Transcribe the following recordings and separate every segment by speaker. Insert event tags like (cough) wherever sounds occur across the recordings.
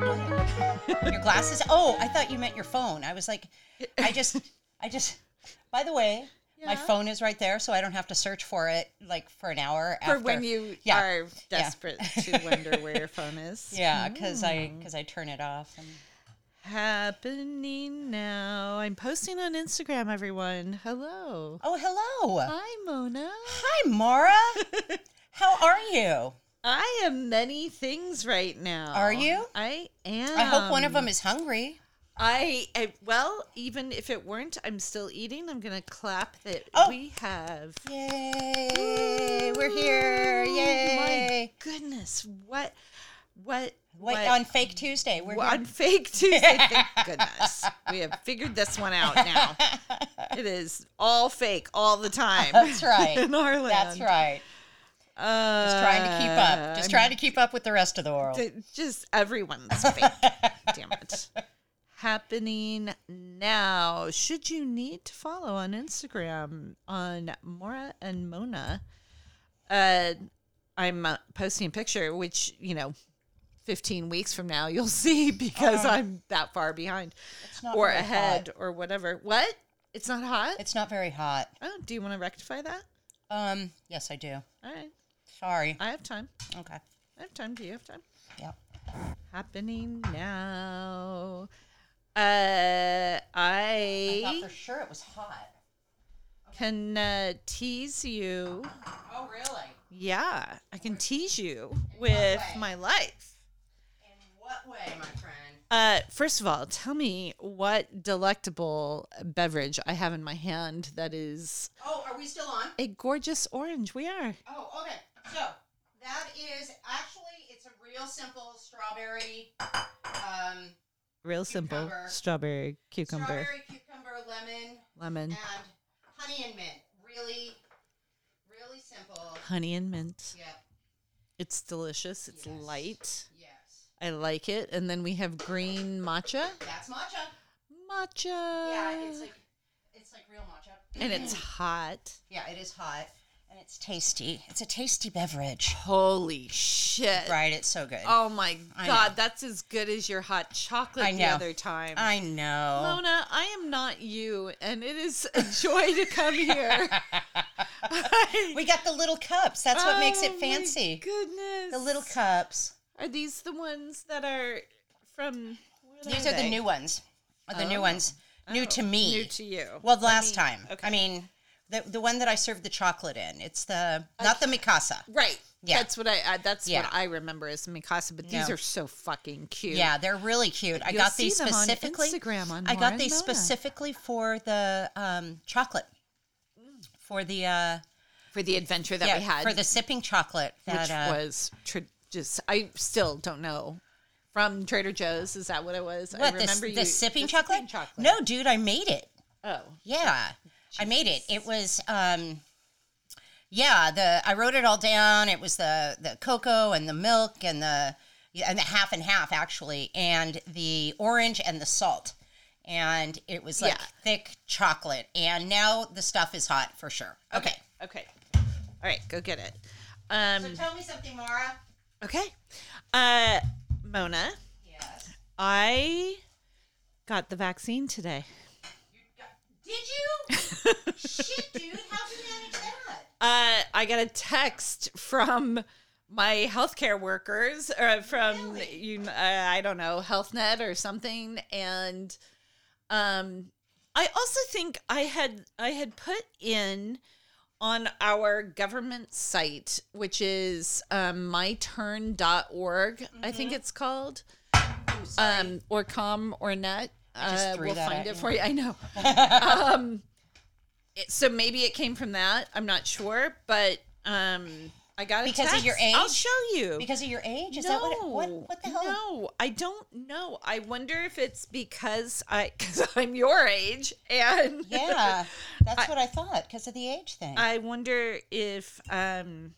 Speaker 1: Your glasses? Oh, I thought you meant your phone. I was like, I just, I just. By the way, my
Speaker 2: Yeah.
Speaker 1: phone is right there, so I don't have to search for it like for an hour
Speaker 2: For
Speaker 1: after.
Speaker 2: when you
Speaker 1: Yeah.
Speaker 2: are desperate to wonder where your phone is.
Speaker 1: (laughs)
Speaker 2: Mm.
Speaker 1: yeah, because I because I turn it off. And
Speaker 2: Happening now. I'm posting on Instagram, everyone. Hello.
Speaker 1: oh, hello.
Speaker 2: Hi, Mona.
Speaker 1: Hi, Mara.
Speaker 2: (laughs)
Speaker 1: How are you?
Speaker 2: I am many things right now.
Speaker 1: Are you?
Speaker 2: I am.
Speaker 1: I hope
Speaker 2: Um,
Speaker 1: one of them is hungry.
Speaker 2: I, I well, even if it weren't, I'm still eating. I'm gonna clap that
Speaker 1: Oh.
Speaker 2: we have.
Speaker 1: Yay! We're here.
Speaker 2: Ooh,
Speaker 1: Yay!
Speaker 2: Oh My goodness, what, what,
Speaker 1: Wait, on Fake Tuesday, we're
Speaker 2: Well,
Speaker 1: here. (laughs)
Speaker 2: on fake Tuesday. Thank goodness. We have figured this one
Speaker 1: (laughs)
Speaker 2: out now. It is all fake all the time.
Speaker 1: That's right.
Speaker 2: (laughs) In our land.
Speaker 1: That's right.
Speaker 2: Uh,
Speaker 1: Just trying to keep up. Just trying to keep up with the rest of the world.
Speaker 2: to. Just everyone's
Speaker 1: (laughs)
Speaker 2: fake. Damn it. Happening now. Should you need to follow on Instagram on Mora and Mona? Uh, I'm uh, posting a picture, which, you know, 15 weeks from now you'll (laughs) see because I'm that far behind.
Speaker 1: Uh-huh. It's not
Speaker 2: or
Speaker 1: very
Speaker 2: ahead
Speaker 1: hot.
Speaker 2: or whatever. What? It's not hot?
Speaker 1: It's not very hot.
Speaker 2: oh, do you want to rectify that?
Speaker 1: Um, yes, I do.
Speaker 2: All right.
Speaker 1: Sorry.
Speaker 2: I have time.
Speaker 1: Okay.
Speaker 2: I have time. Do you have time?
Speaker 1: Yep.
Speaker 2: Happening now. Uh,
Speaker 1: I thought
Speaker 2: I
Speaker 1: for sure it was hot.
Speaker 2: can uh, tease you.
Speaker 1: Oh, really?
Speaker 2: Yeah, I can tease you with
Speaker 1: way?
Speaker 2: my life.
Speaker 1: In what way, my friend?
Speaker 2: Uh, first of all, tell me what delectable beverage I have in my hand that is
Speaker 1: Oh, are we still on?
Speaker 2: a gorgeous orange. We are.
Speaker 1: Oh, okay. So that is actually it's a real simple strawberry, um,
Speaker 2: Real simple
Speaker 1: Cucumber.
Speaker 2: strawberry, cucumber,
Speaker 1: strawberry, cucumber, lemon,
Speaker 2: lemon,
Speaker 1: and honey and mint. Really, really simple.
Speaker 2: honey, and mint.
Speaker 1: Yep.
Speaker 2: It's delicious. It's
Speaker 1: Yes.
Speaker 2: light.
Speaker 1: Yes.
Speaker 2: I like it. And then we have green matcha.
Speaker 1: That's matcha.
Speaker 2: Matcha.
Speaker 1: Yeah, it's like it's like real matcha.
Speaker 2: and it's hot.
Speaker 1: yeah, it is hot and it's tasty. It's a tasty beverage.
Speaker 2: Holy shit.
Speaker 1: Right, it's so good.
Speaker 2: Oh my
Speaker 1: I
Speaker 2: god, that's as good as your hot chocolate
Speaker 1: I
Speaker 2: the
Speaker 1: know.
Speaker 2: other time.
Speaker 1: I know.
Speaker 2: Mona, I am not you, and it is a joy
Speaker 1: (laughs)
Speaker 2: to come here. I-
Speaker 1: We got the little cups. That's what makes
Speaker 2: Oh
Speaker 1: it
Speaker 2: my
Speaker 1: fancy.
Speaker 2: goodness.
Speaker 1: The little cups.
Speaker 2: Are these the ones that are from? what
Speaker 1: These are the
Speaker 2: they?
Speaker 1: new ones. Are The new ones. New to me.
Speaker 2: Oh. New to you.
Speaker 1: Well, the last time.
Speaker 2: okay.
Speaker 1: I mean, the the one that I served the chocolate in. It's the not the Mikasa.
Speaker 2: right.
Speaker 1: Yeah.
Speaker 2: That's what I. Uh, that's
Speaker 1: Yeah.
Speaker 2: what I remember as Mikasa. But these
Speaker 1: No.
Speaker 2: are so fucking cute.
Speaker 1: Yeah, they're really cute. I
Speaker 2: You'll
Speaker 1: got
Speaker 2: see
Speaker 1: these
Speaker 2: them on
Speaker 1: specifically.
Speaker 2: Instagram on
Speaker 1: I
Speaker 2: Mara
Speaker 1: got
Speaker 2: and
Speaker 1: these
Speaker 2: Mona.
Speaker 1: specifically for the um, chocolate. For the uh,
Speaker 2: For the adventure that
Speaker 1: yeah,
Speaker 2: we had,
Speaker 1: for the sipping chocolate that
Speaker 2: which
Speaker 1: uh,
Speaker 2: was tr- just. I still don't know. From Trader Joe's, is that what it was? I
Speaker 1: what the,
Speaker 2: remember
Speaker 1: s- the
Speaker 2: you
Speaker 1: sipping
Speaker 2: the
Speaker 1: chocolate?
Speaker 2: chocolate.
Speaker 1: No, dude, I made it.
Speaker 2: Oh.
Speaker 1: Yeah, I made it. It was, um, yeah, the I wrote it all down. It was the the cocoa and the milk and the yeah, and the half and half actually, and the orange and the salt, and it was like
Speaker 2: Yeah.
Speaker 1: thick chocolate. And now the stuff is hot for sure. Okay,
Speaker 2: Okay. All right, go get it. Um,
Speaker 1: tell me something, Mara.
Speaker 2: okay. Uh, Mona,
Speaker 1: Yes.
Speaker 2: I got the vaccine today.
Speaker 1: Did you? Shit, dude, how'd you manage that?
Speaker 2: Uh, I got a text from my healthcare workers, or from you, uh, I don't know, HealthNet or something, and um, I also think I had I had put in on our government site, which is um, myturn.org, I think
Speaker 1: Mm-hmm.
Speaker 2: it's called, um, or com or net.
Speaker 1: just
Speaker 2: Uh,
Speaker 1: threw
Speaker 2: we'll
Speaker 1: that
Speaker 2: find
Speaker 1: at
Speaker 2: it
Speaker 1: you.
Speaker 2: for you. I know. um, it- so maybe it came from that. I'm not sure, but um, I got a
Speaker 1: Because of
Speaker 2: text.
Speaker 1: your
Speaker 2: I'll
Speaker 1: age?
Speaker 2: show you.
Speaker 1: Because of your age? Is that what, it- what? What the hell?
Speaker 2: No, I don't know. I wonder if it's because I (laughs) because I'm your age and
Speaker 1: Yeah, that's what I thought because of the age thing.
Speaker 2: I wonder if um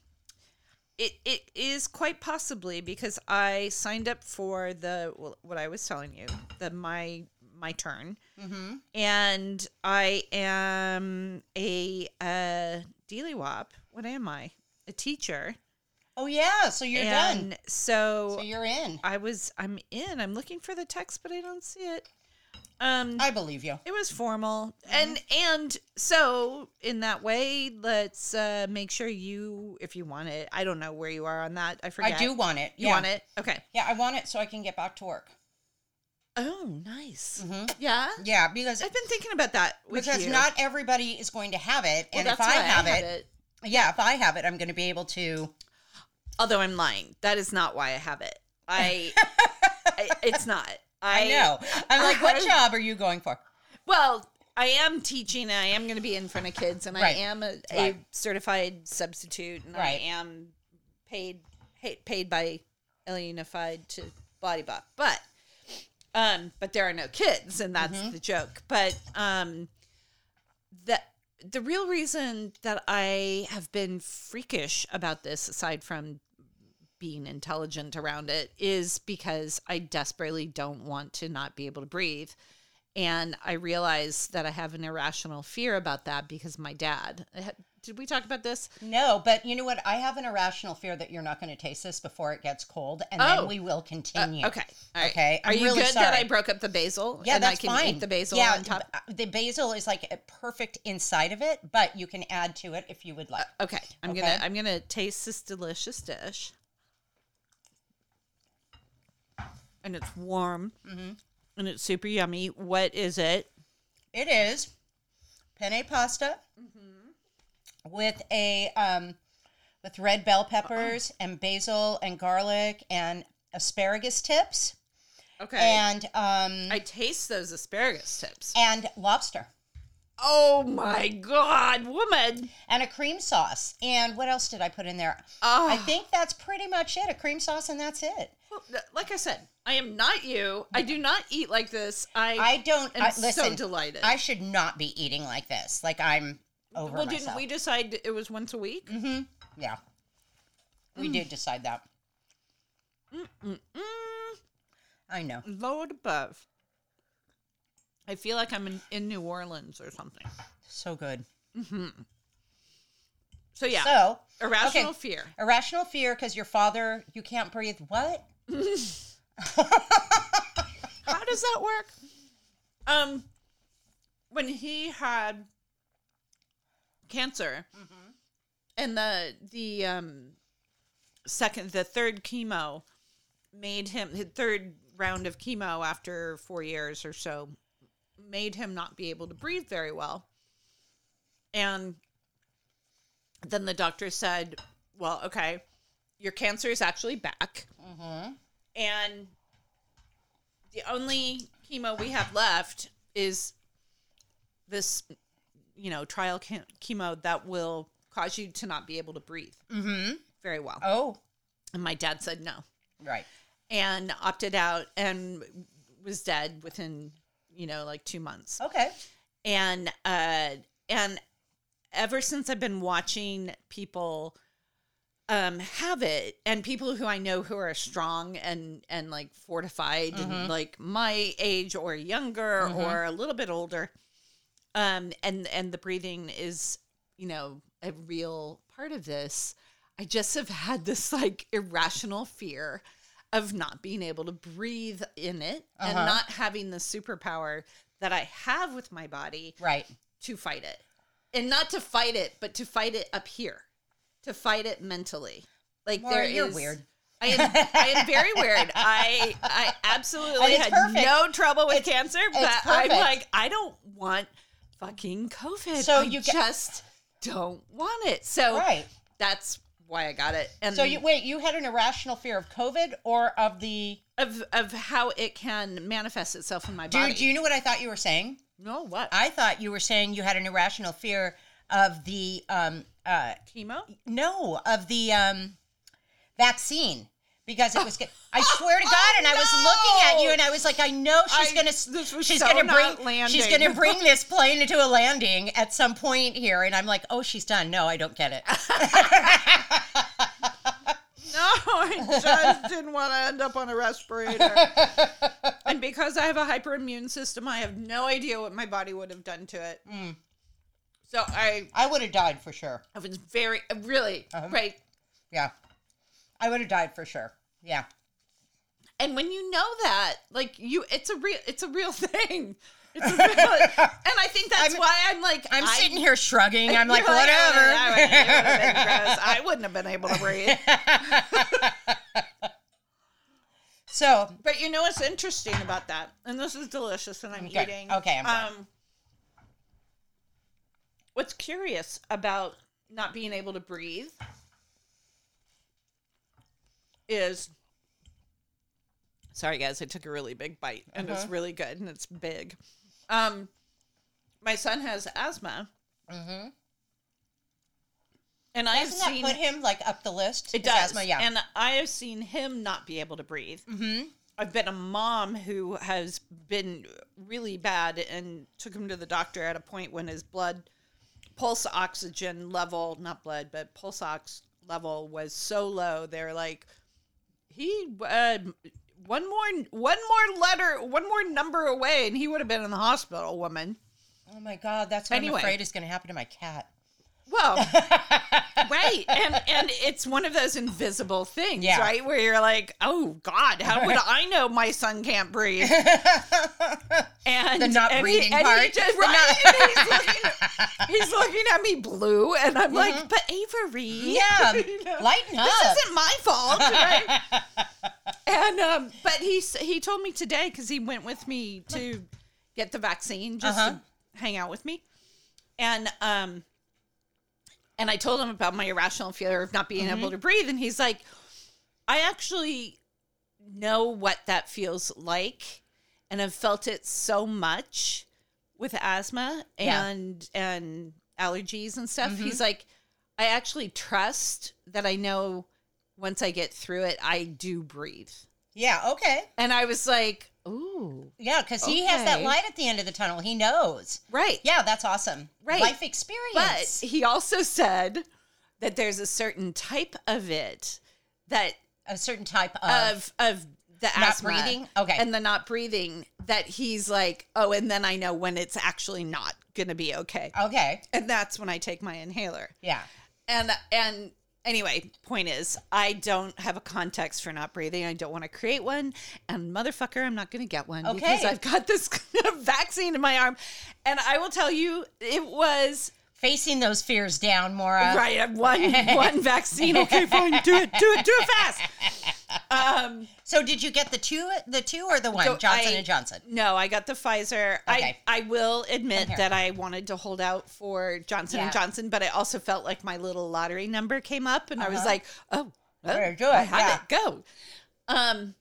Speaker 2: it it is quite possibly because I signed up for the well, what I was telling you, the my my turn.
Speaker 1: mm-hmm.
Speaker 2: And I am a uh dealywop. What am I? A teacher.
Speaker 1: Oh yeah, so you're
Speaker 2: and
Speaker 1: done.
Speaker 2: so
Speaker 1: So you're in.
Speaker 2: I was I'm in. I'm looking for the text, but I don't see it. Um
Speaker 1: I believe you.
Speaker 2: it was formal.
Speaker 1: Uh-huh.
Speaker 2: And and so in that way, let's uh make sure you if you want it. I don't know where you are on that. I
Speaker 1: I
Speaker 2: forget.
Speaker 1: do want it.
Speaker 2: You
Speaker 1: yeah.
Speaker 2: want it? Okay.
Speaker 1: Yeah, I want it so I can get back to work.
Speaker 2: Oh, nice.
Speaker 1: Mhm.
Speaker 2: Yeah.
Speaker 1: Yeah, because
Speaker 2: I've been thinking about that with
Speaker 1: because
Speaker 2: you.
Speaker 1: not everybody is going to have it,
Speaker 2: Well,
Speaker 1: and
Speaker 2: that's
Speaker 1: if I
Speaker 2: why
Speaker 1: have,
Speaker 2: had
Speaker 1: it, yeah, if I have it, I'm going to be able to.
Speaker 2: Although I'm lying. That is not why I have it. I, I it's not.
Speaker 1: (laughs)
Speaker 2: I,
Speaker 1: I, know. I'm like,
Speaker 2: (laughs)
Speaker 1: what job are you going for?
Speaker 2: Well, I am teaching. and I am going to be in front of kids, and
Speaker 1: Right.
Speaker 2: I am a, a
Speaker 1: Right.
Speaker 2: certified substitute, and
Speaker 1: Right.
Speaker 2: I am paid paid, paid by Illinois Unified to Body Bop. But um, but there are no kids, and that's the joke. But um, the the real reason that I have been freakish about this, aside from being intelligent around it, is because I desperately don't want to not be able to breathe. And I realize that I have an irrational fear about that because my dad. eh, Did we talk about this?
Speaker 1: No, but you know what? I have an irrational fear that you're not going to taste this before it gets cold, and
Speaker 2: Oh. Uh,
Speaker 1: then we will continue.
Speaker 2: Okay. All right.
Speaker 1: Okay,
Speaker 2: Are
Speaker 1: I'm
Speaker 2: you
Speaker 1: really
Speaker 2: good that
Speaker 1: sorry.
Speaker 2: I broke up the basil?
Speaker 1: Yeah,
Speaker 2: and
Speaker 1: that's
Speaker 2: I can
Speaker 1: fine.
Speaker 2: eat the basil
Speaker 1: yeah,
Speaker 2: on top.
Speaker 1: b- The basil is like a perfect inside of it, but you can add to it if you would like.
Speaker 2: Okay. I'm
Speaker 1: Okay.
Speaker 2: gonna I'm gonna taste this delicious dish. And it's warm.
Speaker 1: Mm-hmm.
Speaker 2: And it's super yummy. What is it?
Speaker 1: It is penne pasta
Speaker 2: Mm-hmm.
Speaker 1: with a um, with red bell peppers
Speaker 2: Uh-uh.
Speaker 1: and basil and garlic and asparagus tips
Speaker 2: Okay.
Speaker 1: and um,
Speaker 2: I taste those asparagus tips.
Speaker 1: and lobster
Speaker 2: Oh my god, woman.
Speaker 1: and a cream sauce. And what else did I put in there?
Speaker 2: Oh.
Speaker 1: I think that's pretty much it. A cream sauce and that's it.
Speaker 2: Well, th- like I said, I am not you. I do not eat like this. I
Speaker 1: I don't
Speaker 2: am
Speaker 1: I, listen.
Speaker 2: so delighted.
Speaker 1: I should not be eating like this. Like I'm over
Speaker 2: well,
Speaker 1: myself. Mm-hmm.
Speaker 2: didn't we decide it was once a week?
Speaker 1: Yeah.
Speaker 2: Mm.
Speaker 1: We did decide that.
Speaker 2: Mm,
Speaker 1: I know.
Speaker 2: Lord above. I feel like I'm in, in New Orleans or something.
Speaker 1: So
Speaker 2: Mm.
Speaker 1: good.
Speaker 2: So yeah,
Speaker 1: So,
Speaker 2: irrational
Speaker 1: okay. (laughs)
Speaker 2: fear.
Speaker 1: irrational fear because your father, you can't breathe. What?
Speaker 2: How does that work? Um, when he had cancer,
Speaker 1: Mm-hmm.
Speaker 2: and the the um second the third chemo made him his third round of chemo after four years or so made him not be able to breathe very well and then the doctor said well okay your cancer is actually back and the only chemo we have left is this you know trial chem- chemo that will cause you to not be able to breathe very well
Speaker 1: Oh,
Speaker 2: and my dad said no
Speaker 1: right.
Speaker 2: and opted out and was dead within, you know, like two months.
Speaker 1: Okay.
Speaker 2: And uh and ever since I've been watching people um have it and people who I know who are strong and and like fortified and like my age or younger or a little bit older. Um and and the breathing is, you know, a real part of this. I just have had this like irrational fear of not being able to breathe in it and
Speaker 1: Uh-huh.
Speaker 2: not having the superpower that I have with my body
Speaker 1: Right.
Speaker 2: to fight it. And not to fight it, but to fight it up here. To fight it mentally. Like
Speaker 1: Maura,
Speaker 2: there
Speaker 1: you're
Speaker 2: is-
Speaker 1: weird.
Speaker 2: I am I am very weird. I I absolutely
Speaker 1: it's
Speaker 2: had
Speaker 1: perfect.
Speaker 2: no trouble with cancer, but I'm
Speaker 1: perfect.
Speaker 2: like, I don't want fucking COVID.
Speaker 1: So
Speaker 2: I
Speaker 1: you get-
Speaker 2: just don't want it. So
Speaker 1: Right.
Speaker 2: that's why I got it. And
Speaker 1: So you wait, you had an irrational fear of COVID or of the
Speaker 2: of of how it can manifest itself in my body.
Speaker 1: Dude, do you know what I thought you were saying?
Speaker 2: no, what?
Speaker 1: I thought you were saying you had an irrational fear of the um, uh,
Speaker 2: Chemo?
Speaker 1: no of the um, vaccine because
Speaker 2: (laughs)
Speaker 1: it was. Good. I swear to God, and I was looking at you, and I was like, I know she's
Speaker 2: Oh, I-
Speaker 1: gonna
Speaker 2: this was
Speaker 1: she's
Speaker 2: so
Speaker 1: gonna
Speaker 2: not
Speaker 1: bring
Speaker 2: landing.
Speaker 1: she's
Speaker 2: (laughs)
Speaker 1: gonna bring this plane into a landing at some point here, and I'm like, oh, she's done. No, I don't get it.
Speaker 2: (laughs) No, I just didn't want to end up on
Speaker 1: (laughs)
Speaker 2: a respirator. and because I have a hyperimmune system, I have no idea what my body would have done to it.
Speaker 1: Mm.
Speaker 2: So I,
Speaker 1: I would have died for sure.
Speaker 2: I was very, really,
Speaker 1: Uh-huh.
Speaker 2: right.
Speaker 1: Yeah, I would have died for sure. Yeah.
Speaker 2: And when you know that, like you, it's a real, it's a real (laughs) thing. It's
Speaker 1: (laughs)
Speaker 2: a real, and I think that's
Speaker 1: I'm-
Speaker 2: why I'm like,
Speaker 1: I'm
Speaker 2: I-
Speaker 1: sitting
Speaker 2: (laughs)
Speaker 1: here shrugging. I'm
Speaker 2: You're
Speaker 1: like,
Speaker 2: "Oh,
Speaker 1: whatever.
Speaker 2: yeah, yeah, yeah, it would've been
Speaker 1: (laughs)
Speaker 2: gross. I wouldn't have been able to breathe.
Speaker 1: (laughs)
Speaker 2: (laughs)
Speaker 1: So
Speaker 2: But you know what's interesting about that? And this is delicious and I'm
Speaker 1: Okay.
Speaker 2: eating.
Speaker 1: Okay, I'm glad.
Speaker 2: um What's curious about not being able to breathe is Sorry guys, I took a really big bite and it's
Speaker 1: Uh-huh.
Speaker 2: really good and it's big. Um my son has asthma. And I have
Speaker 1: Mm-hmm. doesn't that put
Speaker 2: seen
Speaker 1: him like up the list?
Speaker 2: it
Speaker 1: His
Speaker 2: does.
Speaker 1: asthma, yeah.
Speaker 2: And I have seen him not be able to breathe. Mm-hmm. I've been a mom who has been really bad and took him to the doctor at a point when his blood pulse oxygen level, not blood, but pulse ox level was so low. They're like, he, uh, one more, one more letter, one more number away, and he would have been in the hospital, woman.
Speaker 1: oh my god, that's what
Speaker 2: Anyway.
Speaker 1: I'm afraid is going to happen to my
Speaker 2: (laughs)
Speaker 1: cat.
Speaker 2: Well,
Speaker 1: (laughs)
Speaker 2: right, and and it's one of those invisible things,
Speaker 1: Yeah.
Speaker 2: right? Where you're like, oh God, how would I know my son can't
Speaker 1: (laughs)
Speaker 2: breathe? And
Speaker 1: The not
Speaker 2: and
Speaker 1: breathing
Speaker 2: he, and
Speaker 1: part.
Speaker 2: He just,
Speaker 1: The
Speaker 2: right, and he's, looking,
Speaker 1: (laughs)
Speaker 2: he's looking at me blue, and I'm like, but Avery,
Speaker 1: Mm-hmm. Yeah,
Speaker 2: (laughs)
Speaker 1: um,
Speaker 2: You know?
Speaker 1: lighten up.
Speaker 2: this isn't my
Speaker 1: (laughs)
Speaker 2: fault, right? and um, but he s- he told me today because he went with me to get the vaccine just
Speaker 1: Uh-huh.
Speaker 2: to hang out with me, and um, and I told him about my irrational fear of not being
Speaker 1: Mm-hmm.
Speaker 2: able to breathe, and he's like, I actually know what that feels like, and I've felt it so much with asthma
Speaker 1: Yeah. Mm-hmm.
Speaker 2: and and allergies and stuff. He's like, I actually trust that I know once I get through it, I do breathe.
Speaker 1: yeah, okay.
Speaker 2: And I was like, ooh,
Speaker 1: Yeah, because he has that
Speaker 2: Okay.
Speaker 1: light at the end of the tunnel. He knows.
Speaker 2: right.
Speaker 1: Yeah, that's awesome.
Speaker 2: Right.
Speaker 1: Life
Speaker 2: But
Speaker 1: experience.
Speaker 2: he also said that there's a certain type of it that
Speaker 1: a certain type of.
Speaker 2: of of the
Speaker 1: Not
Speaker 2: asthma
Speaker 1: breathing? Okay.
Speaker 2: and the not breathing that he's like, oh, and then I know when it's actually not gonna be okay,
Speaker 1: okay.
Speaker 2: and that's when I take my inhaler.
Speaker 1: Yeah.
Speaker 2: and and anyway point is i don't have a context for not breathing i don't want to create one and motherfucker i'm not going to get one because
Speaker 1: Okay.
Speaker 2: i've got this (laughs) vaccine in my arm and i will tell you it was
Speaker 1: Facing those fears down, Maura.
Speaker 2: right
Speaker 1: (laughs)
Speaker 2: I'm one one vaccine okay fine do it do it do it fast um
Speaker 1: So, did you get the two, the two or the one,
Speaker 2: So
Speaker 1: Johnson
Speaker 2: I-
Speaker 1: and Johnson?
Speaker 2: No, I got the Pfizer.
Speaker 1: Okay.
Speaker 2: I I will admit
Speaker 1: here.
Speaker 2: that I wanted to hold out for Johnson and
Speaker 1: Yeah.
Speaker 2: Johnson, but I also felt like my little lottery number came up, and I
Speaker 1: Uh-huh.
Speaker 2: was like, oh, oh
Speaker 1: Better do
Speaker 2: I
Speaker 1: it,
Speaker 2: have it. Go. Um,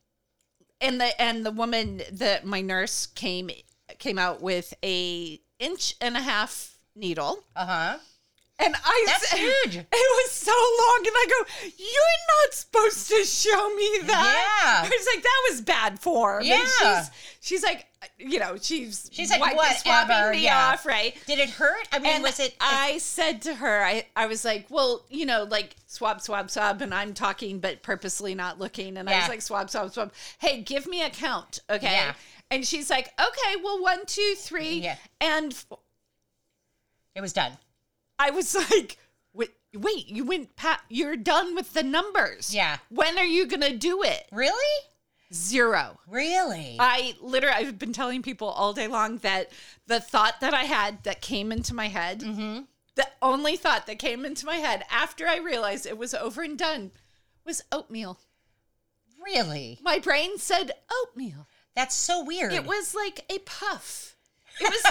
Speaker 2: and the and the woman that my nurse came came out with a inch and a half needle.
Speaker 1: Uh huh.
Speaker 2: And I
Speaker 1: That's
Speaker 2: said,
Speaker 1: huge.
Speaker 2: (laughs) It was so long, and I go, "You're not supposed to show me that."
Speaker 1: Yeah.
Speaker 2: I was like, "That was bad form." And
Speaker 1: Yeah.
Speaker 2: she's, she's like, you know, she's
Speaker 1: She's like,
Speaker 2: wiping-
Speaker 1: "Whatever,"
Speaker 2: me
Speaker 1: yeah.
Speaker 2: off, right?
Speaker 1: Did it hurt? I mean,
Speaker 2: And
Speaker 1: was it?
Speaker 2: I said to her, I, I was like, well, you know, like swab, swab, swab, and I'm talking but purposely not looking. And I
Speaker 1: Yeah.
Speaker 2: was like, swab, swab, swab. Hey, give me a count, okay?
Speaker 1: Yeah.
Speaker 2: And she's like, okay, well, one, two, three,
Speaker 1: Yeah.
Speaker 2: and f-
Speaker 1: it was done.
Speaker 2: I was (laughs) like, wait, wait you went pat, you're done with the numbers.
Speaker 1: Yeah.
Speaker 2: When are you going to do it?
Speaker 1: Really?
Speaker 2: Zero.
Speaker 1: Really?
Speaker 2: I literally, I've been telling people all day long that the thought that I had that came into my head, the only thought that came into my head after I realized it was over and done was oatmeal.
Speaker 1: really?
Speaker 2: My brain said oatmeal.
Speaker 1: That's so weird.
Speaker 2: It was like a puff. It was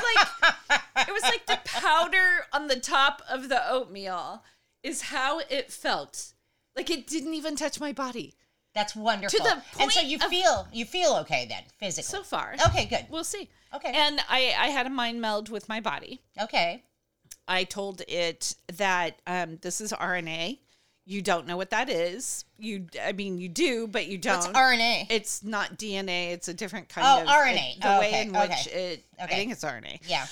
Speaker 1: (laughs)
Speaker 2: like it was like the powder on the top of the oatmeal is how it felt. Like it didn't even touch my body
Speaker 1: That's wonderful.
Speaker 2: To the
Speaker 1: and so
Speaker 2: point
Speaker 1: you
Speaker 2: of-
Speaker 1: feel you feel okay then physically.
Speaker 2: so far.
Speaker 1: okay, good.
Speaker 2: We'll see.
Speaker 1: Okay.
Speaker 2: And I I had a mind meld with my body.
Speaker 1: Okay.
Speaker 2: I told it that um, this is RNA. You don't know what that is. You, I mean, you do, but you don't.
Speaker 1: What's RNA?
Speaker 2: It's not DNA. It's a different kind
Speaker 1: Oh,
Speaker 2: of
Speaker 1: RNA.
Speaker 2: it- the
Speaker 1: Oh,
Speaker 2: way
Speaker 1: okay,
Speaker 2: in which it. I
Speaker 1: okay. Oh,
Speaker 2: think it's RNA.
Speaker 1: yeah.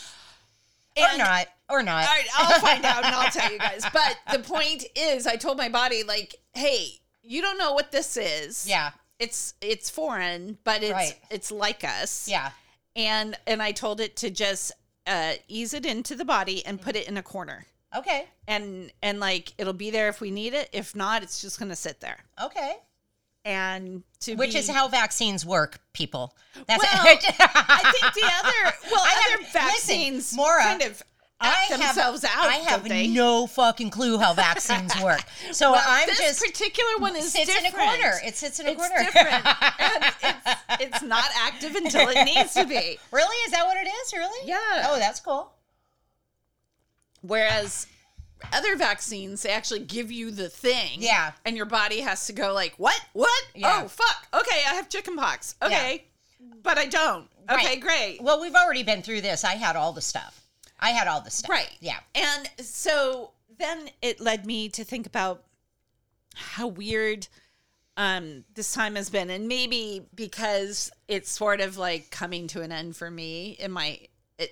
Speaker 1: or
Speaker 2: And-
Speaker 1: not. Or not.
Speaker 2: All right, I'll find out and I'll tell you guys. But the point is, I told my body like, hey, you don't know what this is.
Speaker 1: Yeah.
Speaker 2: it's it's foreign, but it's
Speaker 1: Right.
Speaker 2: it's like us.
Speaker 1: Yeah.
Speaker 2: and and I told it to just uh, ease it into the body and put it in a corner.
Speaker 1: Okay.
Speaker 2: And and like it'll be there if we need it. If not, it's just gonna sit there.
Speaker 1: Okay.
Speaker 2: And to
Speaker 1: Which
Speaker 2: be-
Speaker 1: is how vaccines work, people. That's (laughs)
Speaker 2: Well, I (laughs) think the other well
Speaker 1: I have-
Speaker 2: other vaccines
Speaker 1: listen, Maura,
Speaker 2: kind of act themselves
Speaker 1: have,
Speaker 2: out.
Speaker 1: I have
Speaker 2: don't they?
Speaker 1: no fucking clue how
Speaker 2: (laughs)
Speaker 1: vaccines work. So
Speaker 2: Well,
Speaker 1: I'm
Speaker 2: this
Speaker 1: just
Speaker 2: particular one is
Speaker 1: sits
Speaker 2: different.
Speaker 1: in a corner. It sits in a
Speaker 2: It's
Speaker 1: corner. (laughs)
Speaker 2: different. And it's, it's not active until it needs to be.
Speaker 1: really? Is that what it is? Really?
Speaker 2: Yeah.
Speaker 1: Oh, that's cool.
Speaker 2: Whereas other vaccines, they actually give you the thing.
Speaker 1: Yeah.
Speaker 2: And your body has to go like, what? What?
Speaker 1: Yeah.
Speaker 2: Oh, fuck. Okay, I have chickenpox. Okay. But I don't. Okay,
Speaker 1: Right.
Speaker 2: great.
Speaker 1: Well, we've already been through this. I had all the stuff. I had all the stuff.
Speaker 2: Right.
Speaker 1: Yeah.
Speaker 2: And so then it led me to think about how weird um this time has been and maybe because it's sort of like coming to an end for me am i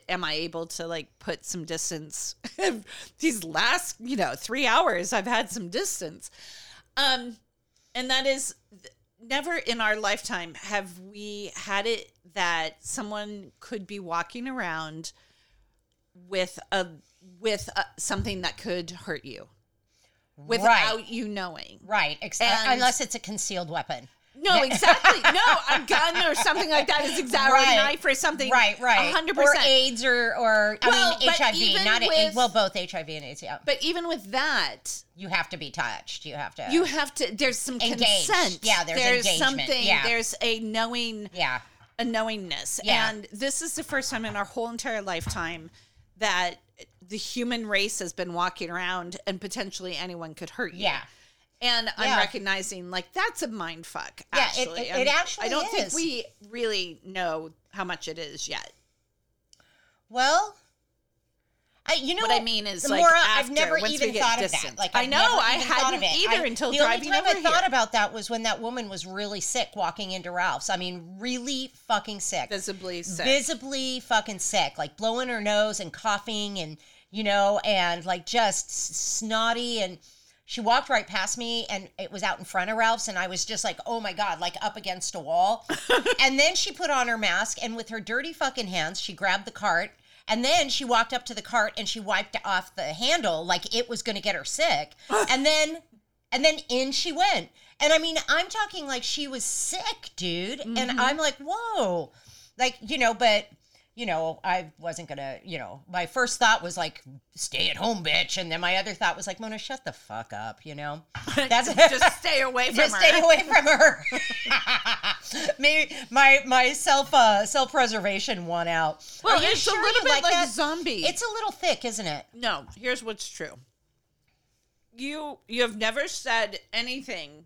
Speaker 2: am i able to like put some distance (laughs) these last you know 3 hours i've had some distance um and that is th- never in our lifetime have we had it that someone could be walking around with a with a, something that could hurt you without you knowing
Speaker 1: Right. Ex-
Speaker 2: And-
Speaker 1: unless it's a concealed weapon. (laughs)
Speaker 2: no, exactly. No, a gun or something like that is exactly
Speaker 1: Right.
Speaker 2: a knife or something.
Speaker 1: Right, right.
Speaker 2: hundred
Speaker 1: Or
Speaker 2: percent.
Speaker 1: AIDS or, or I
Speaker 2: Well,
Speaker 1: mean,
Speaker 2: but
Speaker 1: HIV.
Speaker 2: even
Speaker 1: Not a,
Speaker 2: with-
Speaker 1: well, both HIV and AIDS. Yeah.
Speaker 2: But even with that,
Speaker 1: you have to be touched. You have to.
Speaker 2: you have to. There's some
Speaker 1: Engaged.
Speaker 2: consent.
Speaker 1: Yeah, there's engagement.
Speaker 2: something.
Speaker 1: Yeah.
Speaker 2: There's a knowing,
Speaker 1: yeah.
Speaker 2: a knowingness.
Speaker 1: Yeah.
Speaker 2: And this is the first time in our whole entire lifetime that the human race has been walking around and potentially anyone could hurt you.
Speaker 1: Yeah.
Speaker 2: And
Speaker 1: Yeah.
Speaker 2: I'm recognizing like that's a mind fuck.
Speaker 1: Yeah, it-
Speaker 2: Actually,
Speaker 1: it- it
Speaker 2: And
Speaker 1: actually
Speaker 2: I don't
Speaker 1: is.
Speaker 2: think we really know how much it is yet.
Speaker 1: Well, I, you know
Speaker 2: what I mean is, like,
Speaker 1: Maura,
Speaker 2: after,
Speaker 1: I've never
Speaker 2: once we
Speaker 1: even
Speaker 2: get
Speaker 1: thought of
Speaker 2: distant.
Speaker 1: that. Like
Speaker 2: I
Speaker 1: I've
Speaker 2: know,
Speaker 1: never
Speaker 2: I
Speaker 1: even thought of
Speaker 2: hadn't
Speaker 1: it.
Speaker 2: either
Speaker 1: I-
Speaker 2: until
Speaker 1: the
Speaker 2: driving
Speaker 1: only time
Speaker 2: over
Speaker 1: I thought
Speaker 2: here.
Speaker 1: about that was when that woman was really sick walking into Ralph's. I mean, really fucking sick,
Speaker 2: Visibly sick.
Speaker 1: visibly fucking sick, like blowing her nose and coughing, and you know, and like just s- snotty and. She walked right past me and it was out in front of Ralph's and I was just like, "Oh my god, like up against a wall." and then she put on her mask and with her dirty fucking hands, she grabbed the cart and then she walked up to the cart and she wiped off the handle like it was going to get her sick. and then and then in she went. And I mean, I'm talking like she was sick, dude.
Speaker 2: Mm-hmm.
Speaker 1: And I'm like, "Whoa." Like, you know, but you know, I wasn't gonna, you know, my first thought was like, stay at home, bitch. And then my other thought was like, Mona, shut the fuck up, you know? (laughs) That's
Speaker 2: just stay away from
Speaker 1: just
Speaker 2: her.
Speaker 1: stay away from her. (laughs) Maybe my my self uh, self preservation won out.
Speaker 2: Well,
Speaker 1: Are you
Speaker 2: it's
Speaker 1: sure
Speaker 2: a little
Speaker 1: you
Speaker 2: bit like,
Speaker 1: that?
Speaker 2: zombie.
Speaker 1: It's a little thick, isn't it?
Speaker 2: no. Here's what's true. You you have never said anything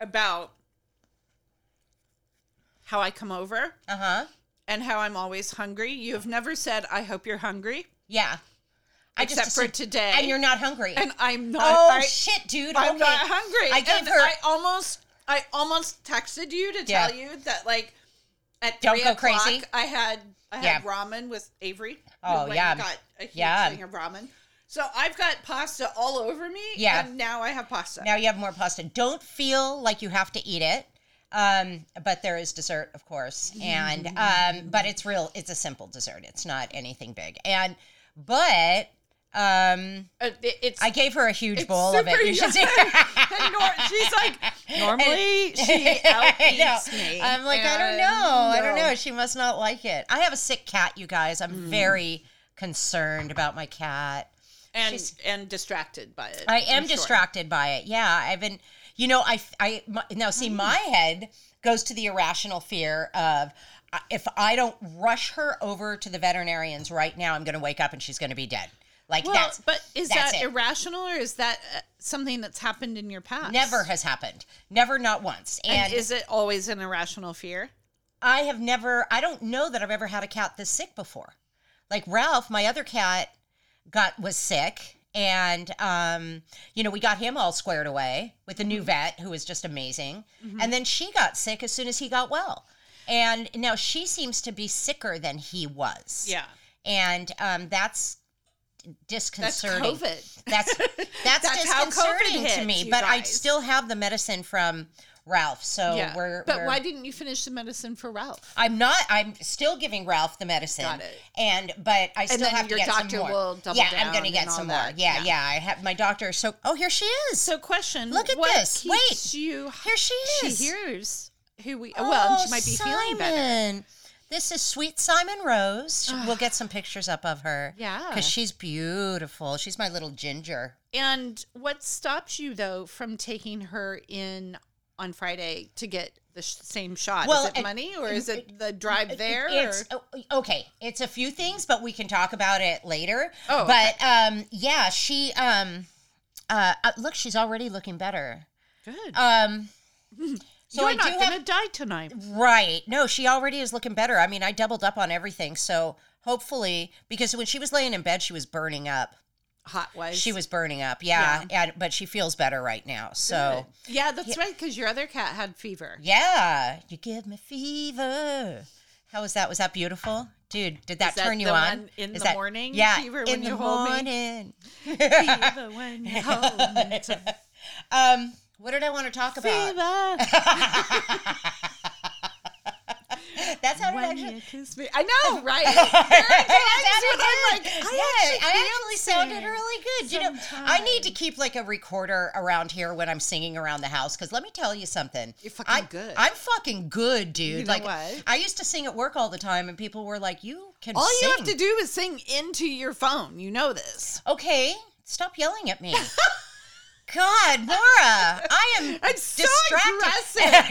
Speaker 2: about how I come over
Speaker 1: Uh huh.
Speaker 2: and how I'm always hungry. You have never said I hope you're hungry,
Speaker 1: Yeah. I just
Speaker 2: except for
Speaker 1: assumed-
Speaker 2: today.
Speaker 1: And you're not hungry.
Speaker 2: and I'm not.
Speaker 1: oh
Speaker 2: I,
Speaker 1: shit, dude.
Speaker 2: I'm
Speaker 1: okay.
Speaker 2: not hungry.
Speaker 1: I gave
Speaker 2: and
Speaker 1: her.
Speaker 2: I almost. I almost texted you to
Speaker 1: Yeah.
Speaker 2: tell you that like at
Speaker 1: Don't
Speaker 2: three
Speaker 1: go
Speaker 2: o'clock
Speaker 1: crazy.
Speaker 2: I had I had
Speaker 1: Yeah.
Speaker 2: ramen with Avery.
Speaker 1: Oh,
Speaker 2: We went
Speaker 1: yum.
Speaker 2: and Got a huge
Speaker 1: Yum.
Speaker 2: thing of ramen. So I've got pasta all over me.
Speaker 1: Yeah.
Speaker 2: And now I have pasta.
Speaker 1: now you have more pasta. Don't feel like you have to eat it. Um, but there is dessert, of course, and
Speaker 2: Mm-hmm.
Speaker 1: um, but it's real. It's a simple dessert. It's not anything big. And but um,
Speaker 2: Uh, it- it's
Speaker 1: I gave her a huge
Speaker 2: It's
Speaker 1: bowl of
Speaker 2: super
Speaker 1: it. (laughs) You should see. (laughs)
Speaker 2: (laughs) and nor- she's like normally she out
Speaker 1: I know.
Speaker 2: eats me.
Speaker 1: I'm like, I don't
Speaker 2: and
Speaker 1: know. I don't
Speaker 2: no. Mm.
Speaker 1: know. She must not like it. I have a sick cat, you guys. I'm very concerned about my cat.
Speaker 2: And
Speaker 1: She's-
Speaker 2: and distracted by it.
Speaker 1: I am
Speaker 2: I'm sure.
Speaker 1: distracted by it. Yeah, I've been, you know, I, I my, now see
Speaker 2: Mm.
Speaker 1: my head goes to the irrational fear of uh, if I don't rush her over to the veterinarians right now, I'm going to wake up and she's going to be dead. Like
Speaker 2: Well,
Speaker 1: that's
Speaker 2: but is
Speaker 1: that's
Speaker 2: that
Speaker 1: it.
Speaker 2: irrational or is that uh, something that's happened in your past?
Speaker 1: never has happened. Never, not once.
Speaker 2: And is it always an irrational fear?
Speaker 1: I have never, I don't know that I've ever had a cat this sick before. Like Ralph, my other cat, got was sick, and um, you know we got him all squared away with the new
Speaker 2: Mm-hmm.
Speaker 1: vet who was just amazing, and then she got sick as soon as he got well, and now she seems to be sicker than he was.
Speaker 2: Yeah.
Speaker 1: and um, that's
Speaker 2: That's
Speaker 1: disconcerting.
Speaker 2: COVID.
Speaker 1: That's
Speaker 2: (laughs)
Speaker 1: that's,
Speaker 2: That's how COVID
Speaker 1: disconcerting to
Speaker 2: hits,
Speaker 1: me.
Speaker 2: you
Speaker 1: But I
Speaker 2: guys.
Speaker 1: still have the medicine from Ralph, so
Speaker 2: yeah.
Speaker 1: oh, we're.
Speaker 2: but
Speaker 1: we're-
Speaker 2: why didn't you finish the medicine for Ralph?
Speaker 1: I'm not. I'm still giving Ralph the medicine.
Speaker 2: Got it.
Speaker 1: And but I still
Speaker 2: then
Speaker 1: have to
Speaker 2: your
Speaker 1: get
Speaker 2: doctor
Speaker 1: some more.
Speaker 2: will double
Speaker 1: yeah, I'm
Speaker 2: down
Speaker 1: gonna
Speaker 2: and
Speaker 1: get
Speaker 2: all
Speaker 1: some more.
Speaker 2: that.
Speaker 1: Yeah,
Speaker 2: Yeah.
Speaker 1: yeah, I have my doctor. So oh, here she is.
Speaker 2: So question.
Speaker 1: Look at
Speaker 2: what
Speaker 1: this.
Speaker 2: keeps You
Speaker 1: here she
Speaker 2: she
Speaker 1: is.
Speaker 2: hears who we well, she
Speaker 1: Oh,
Speaker 2: might be
Speaker 1: Simon.
Speaker 2: feeling better.
Speaker 1: This is sweet Simon Rose. we'll get some pictures up of her.
Speaker 2: Yeah.
Speaker 1: because she's beautiful. She's my little ginger.
Speaker 2: And what stops you though from taking her in on Friday to get the sh- same shot?
Speaker 1: Well,
Speaker 2: is it
Speaker 1: and-
Speaker 2: money or is it the drive there?
Speaker 1: It's
Speaker 2: or-
Speaker 1: o- Oh, okay. It's a few things, but we can talk about it later.
Speaker 2: Oh,
Speaker 1: but um, yeah, she um, uh, uh, look, she's already looking better.
Speaker 2: good. (laughs)
Speaker 1: Um, so
Speaker 2: You're
Speaker 1: I
Speaker 2: not
Speaker 1: do
Speaker 2: gonna
Speaker 1: have
Speaker 2: die tonight.
Speaker 1: right. No, she already is looking better. I mean, I doubled up on everything, so hopefully, because when she was laying in bed, she was burning up.
Speaker 2: Hot was
Speaker 1: She was burning up. Yeah, And, but she feels better right now. So.
Speaker 2: Yeah, that's right, because your other cat had (laughs) fever.
Speaker 1: Yeah, you give me fever. How was that? Was that beautiful, dude? Did that,
Speaker 2: that
Speaker 1: turn you
Speaker 2: the
Speaker 1: on?
Speaker 2: one in
Speaker 1: Is
Speaker 2: the
Speaker 1: that-
Speaker 2: morning,
Speaker 1: Yeah,
Speaker 2: Fever
Speaker 1: in
Speaker 2: When
Speaker 1: the
Speaker 2: You Hold Me?
Speaker 1: morning.
Speaker 2: Fever when (laughs) you hold me
Speaker 1: (laughs)
Speaker 2: tight.
Speaker 1: Um, what did I want to talk about?
Speaker 2: (laughs) Fever
Speaker 1: That's how it
Speaker 2: when
Speaker 1: actually.
Speaker 2: you kiss me. I (laughs) know, right? There are (laughs) times
Speaker 1: That's
Speaker 2: when I'm like,
Speaker 1: how it is.
Speaker 2: I
Speaker 1: yeah, I actually sounded
Speaker 2: sing
Speaker 1: really good. You know, I need to keep like a recorder around here when I'm singing around the house because let me tell you something.
Speaker 2: You're fucking
Speaker 1: I,
Speaker 2: good.
Speaker 1: I'm fucking good, dude.
Speaker 2: You know
Speaker 1: like
Speaker 2: what?
Speaker 1: I used to sing at work all the time, and people were like, "You can."
Speaker 2: All you have
Speaker 1: sing."
Speaker 2: to do is sing into your phone. You know (laughs) this.
Speaker 1: Okay, stop yelling at me.
Speaker 2: (laughs)
Speaker 1: God, Nora, I am
Speaker 2: It's so
Speaker 1: distracted.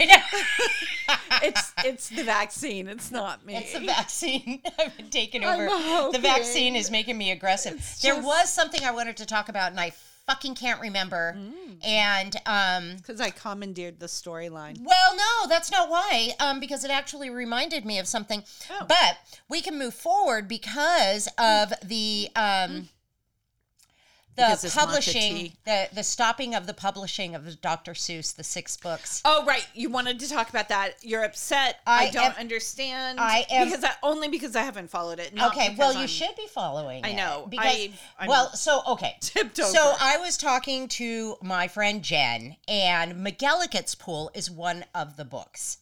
Speaker 1: (laughs)
Speaker 2: aggressive.
Speaker 1: I know.
Speaker 2: It's it's the vaccine. It's not me. (laughs)
Speaker 1: It's the vaccine. (laughs) I've been taken
Speaker 2: I'm
Speaker 1: over. The
Speaker 2: hoping.
Speaker 1: vaccine is making me aggressive. there
Speaker 2: just-
Speaker 1: was something I wanted to talk about, and I fucking can't remember.
Speaker 2: Mm.
Speaker 1: And um,
Speaker 2: Because I commandeered the storyline.
Speaker 1: well, no, that's not why. Um, because it actually reminded me of something.
Speaker 2: Oh.
Speaker 1: But we can move forward because of the um, the
Speaker 2: Mm. Because it's matcha
Speaker 1: publishing,
Speaker 2: tea.
Speaker 1: the the stopping of the publishing of Dr. Seuss, the six books.
Speaker 2: Oh right, you wanted to talk about that. You're upset.
Speaker 1: I
Speaker 2: I, don't
Speaker 1: am-
Speaker 2: understand.
Speaker 1: I am-
Speaker 2: because I, only because I haven't followed it. not
Speaker 1: okay,
Speaker 2: because
Speaker 1: well, you
Speaker 2: I'm-
Speaker 1: should be following.
Speaker 2: I
Speaker 1: it
Speaker 2: know.
Speaker 1: because
Speaker 2: I- I'm
Speaker 1: well, so
Speaker 2: (laughs)
Speaker 1: okay.
Speaker 2: tipped
Speaker 1: So
Speaker 2: over.
Speaker 1: I was talking to my friend Jen, and McGillicott's Pool is one of the books,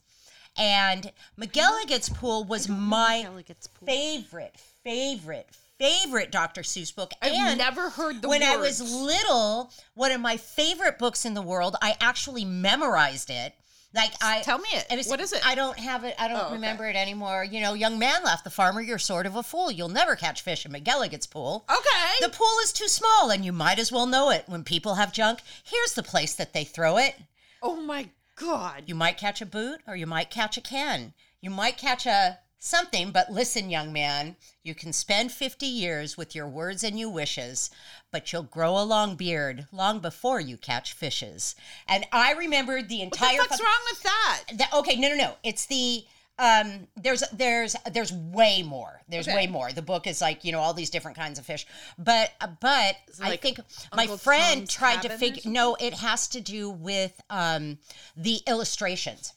Speaker 1: and McGillicott's Pool was my
Speaker 2: Delegates pool.
Speaker 1: favorite, favorite, favorite Dr. Seuss book.
Speaker 2: I've
Speaker 1: and
Speaker 2: never heard the
Speaker 1: when I
Speaker 2: words.
Speaker 1: was little, one of my favorite books in the world, I actually memorized it. Like I
Speaker 2: Tell me it.
Speaker 1: was-
Speaker 2: What is it? Oh,
Speaker 1: I don't have it. I don't
Speaker 2: okay.
Speaker 1: remember it anymore. You know, young man left the farmer. You're sort of a fool. You'll never catch fish in McGilligan's pool.
Speaker 2: okay.
Speaker 1: The pool is too small, and you might as well know it. When people have junk, here's the place that they throw it.
Speaker 2: oh my god.
Speaker 1: You might catch a boot or you might catch a can. You might catch a something, but listen, young man, you can spend 50 years with your words and your wishes, but you'll grow a long beard long before you catch fishes. And I remembered the
Speaker 2: What
Speaker 1: entire
Speaker 2: the fuck's
Speaker 1: fuck-
Speaker 2: wrong with that?
Speaker 1: the- okay, no no no. It's the um there's there's there's way more. There's way more. The book is like, you know, all these different kinds of fish. But uh, but I
Speaker 2: like
Speaker 1: think my
Speaker 2: Uncle
Speaker 1: friend
Speaker 2: Tom's
Speaker 1: tried to
Speaker 2: Cabin or
Speaker 1: figure no, it has to do with um the illustrations.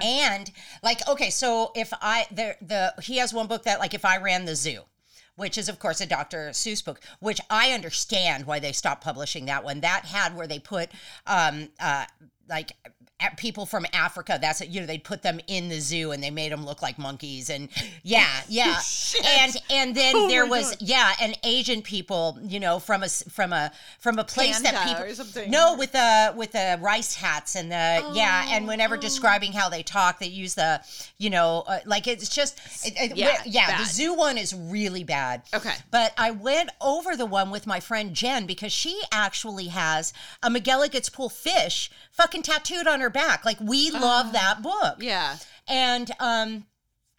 Speaker 1: And like, okay, so if I there the he has one book that like if I ran the zoo, which is of course a Dr. Seuss book, which I understand why they stopped publishing that one. That had where they put um uh like a- people from Africa. That's it, you know they put them in the zoo and they made them look like monkeys and yeah yeah and and then there was yeah and Asian people you know from a s- from a from a place that
Speaker 2: Panda
Speaker 1: people
Speaker 2: or something.
Speaker 1: no no, with the with the rice hats and the yeah,
Speaker 2: Oh,
Speaker 1: and whenever describing how they talk, they use the you know uh, like it's just it, it-
Speaker 2: Yeah,
Speaker 1: yeah. The
Speaker 2: bad.
Speaker 1: zoo one is really bad.
Speaker 2: Okay.
Speaker 1: but I went over the one with my friend Jen because she actually has a McGilligan's Pool fish fucking tattooed on her back. Like we
Speaker 2: Ah.
Speaker 1: love that book.
Speaker 2: Yeah.
Speaker 1: and um.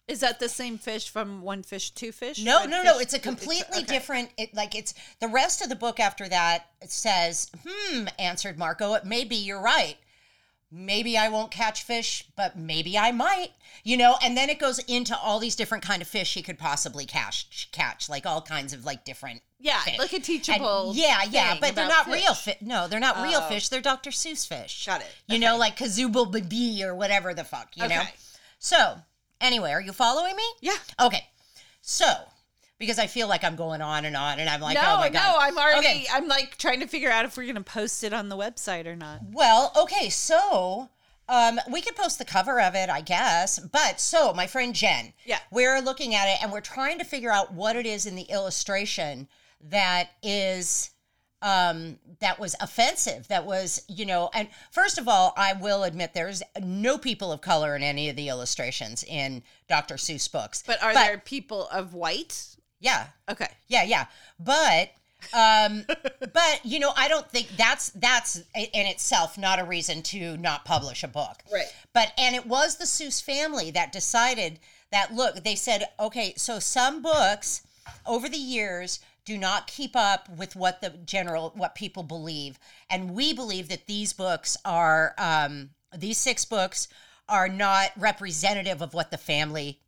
Speaker 2: Is that the same fish from one fish, two fish?
Speaker 1: No,
Speaker 2: One
Speaker 1: no, no.
Speaker 2: fish,
Speaker 1: It's a
Speaker 2: two-
Speaker 1: completely
Speaker 2: okay.
Speaker 1: different. It like it's the rest of the book after that it says, "Hmm," answered Marco. It may be you're right. maybe I won't catch fish, but maybe I might, you know, and then it goes into all these different kind of fish he could possibly catch, catch like all kinds of like different.
Speaker 2: Yeah,
Speaker 1: Fish.
Speaker 2: like a
Speaker 1: And
Speaker 2: teachable.
Speaker 1: yeah, yeah,
Speaker 2: thing
Speaker 1: but they're
Speaker 2: about
Speaker 1: not real
Speaker 2: fish.
Speaker 1: fish. No, they're not real
Speaker 2: Oh.
Speaker 1: fish. They're Dr. Seuss fish.
Speaker 2: Got it.
Speaker 1: You know, like Kazooble Baby or whatever the fuck, you know?
Speaker 2: Okay.
Speaker 1: So, anyway, are you following me?
Speaker 2: Yeah.
Speaker 1: Okay. So, because I feel like I'm going on and on and I'm like,
Speaker 2: No,
Speaker 1: oh my God.
Speaker 2: no, I'm already.
Speaker 1: Okay.
Speaker 2: I'm like trying to figure out if we're gonna post it on the website or not.
Speaker 1: Well, okay, so um, we could post the cover of it, I guess. But so, my friend Jen,
Speaker 2: Yeah.
Speaker 1: we're looking at it and we're trying to figure out what it is in the illustration that is um that was offensive that was you know and first of all i will admit there's no people of color in any of the illustrations in dr seuss books
Speaker 2: But are there people of white?
Speaker 1: yeah
Speaker 2: Okay.
Speaker 1: yeah yeah but um but you know i don't think that's that's i- in itself not a reason to not publish a book
Speaker 2: Right.
Speaker 1: but and it was the seuss family that decided that look they said okay so some books over the years do not keep up with what the general what people believe and we believe that these books are um these six books are not representative of what the family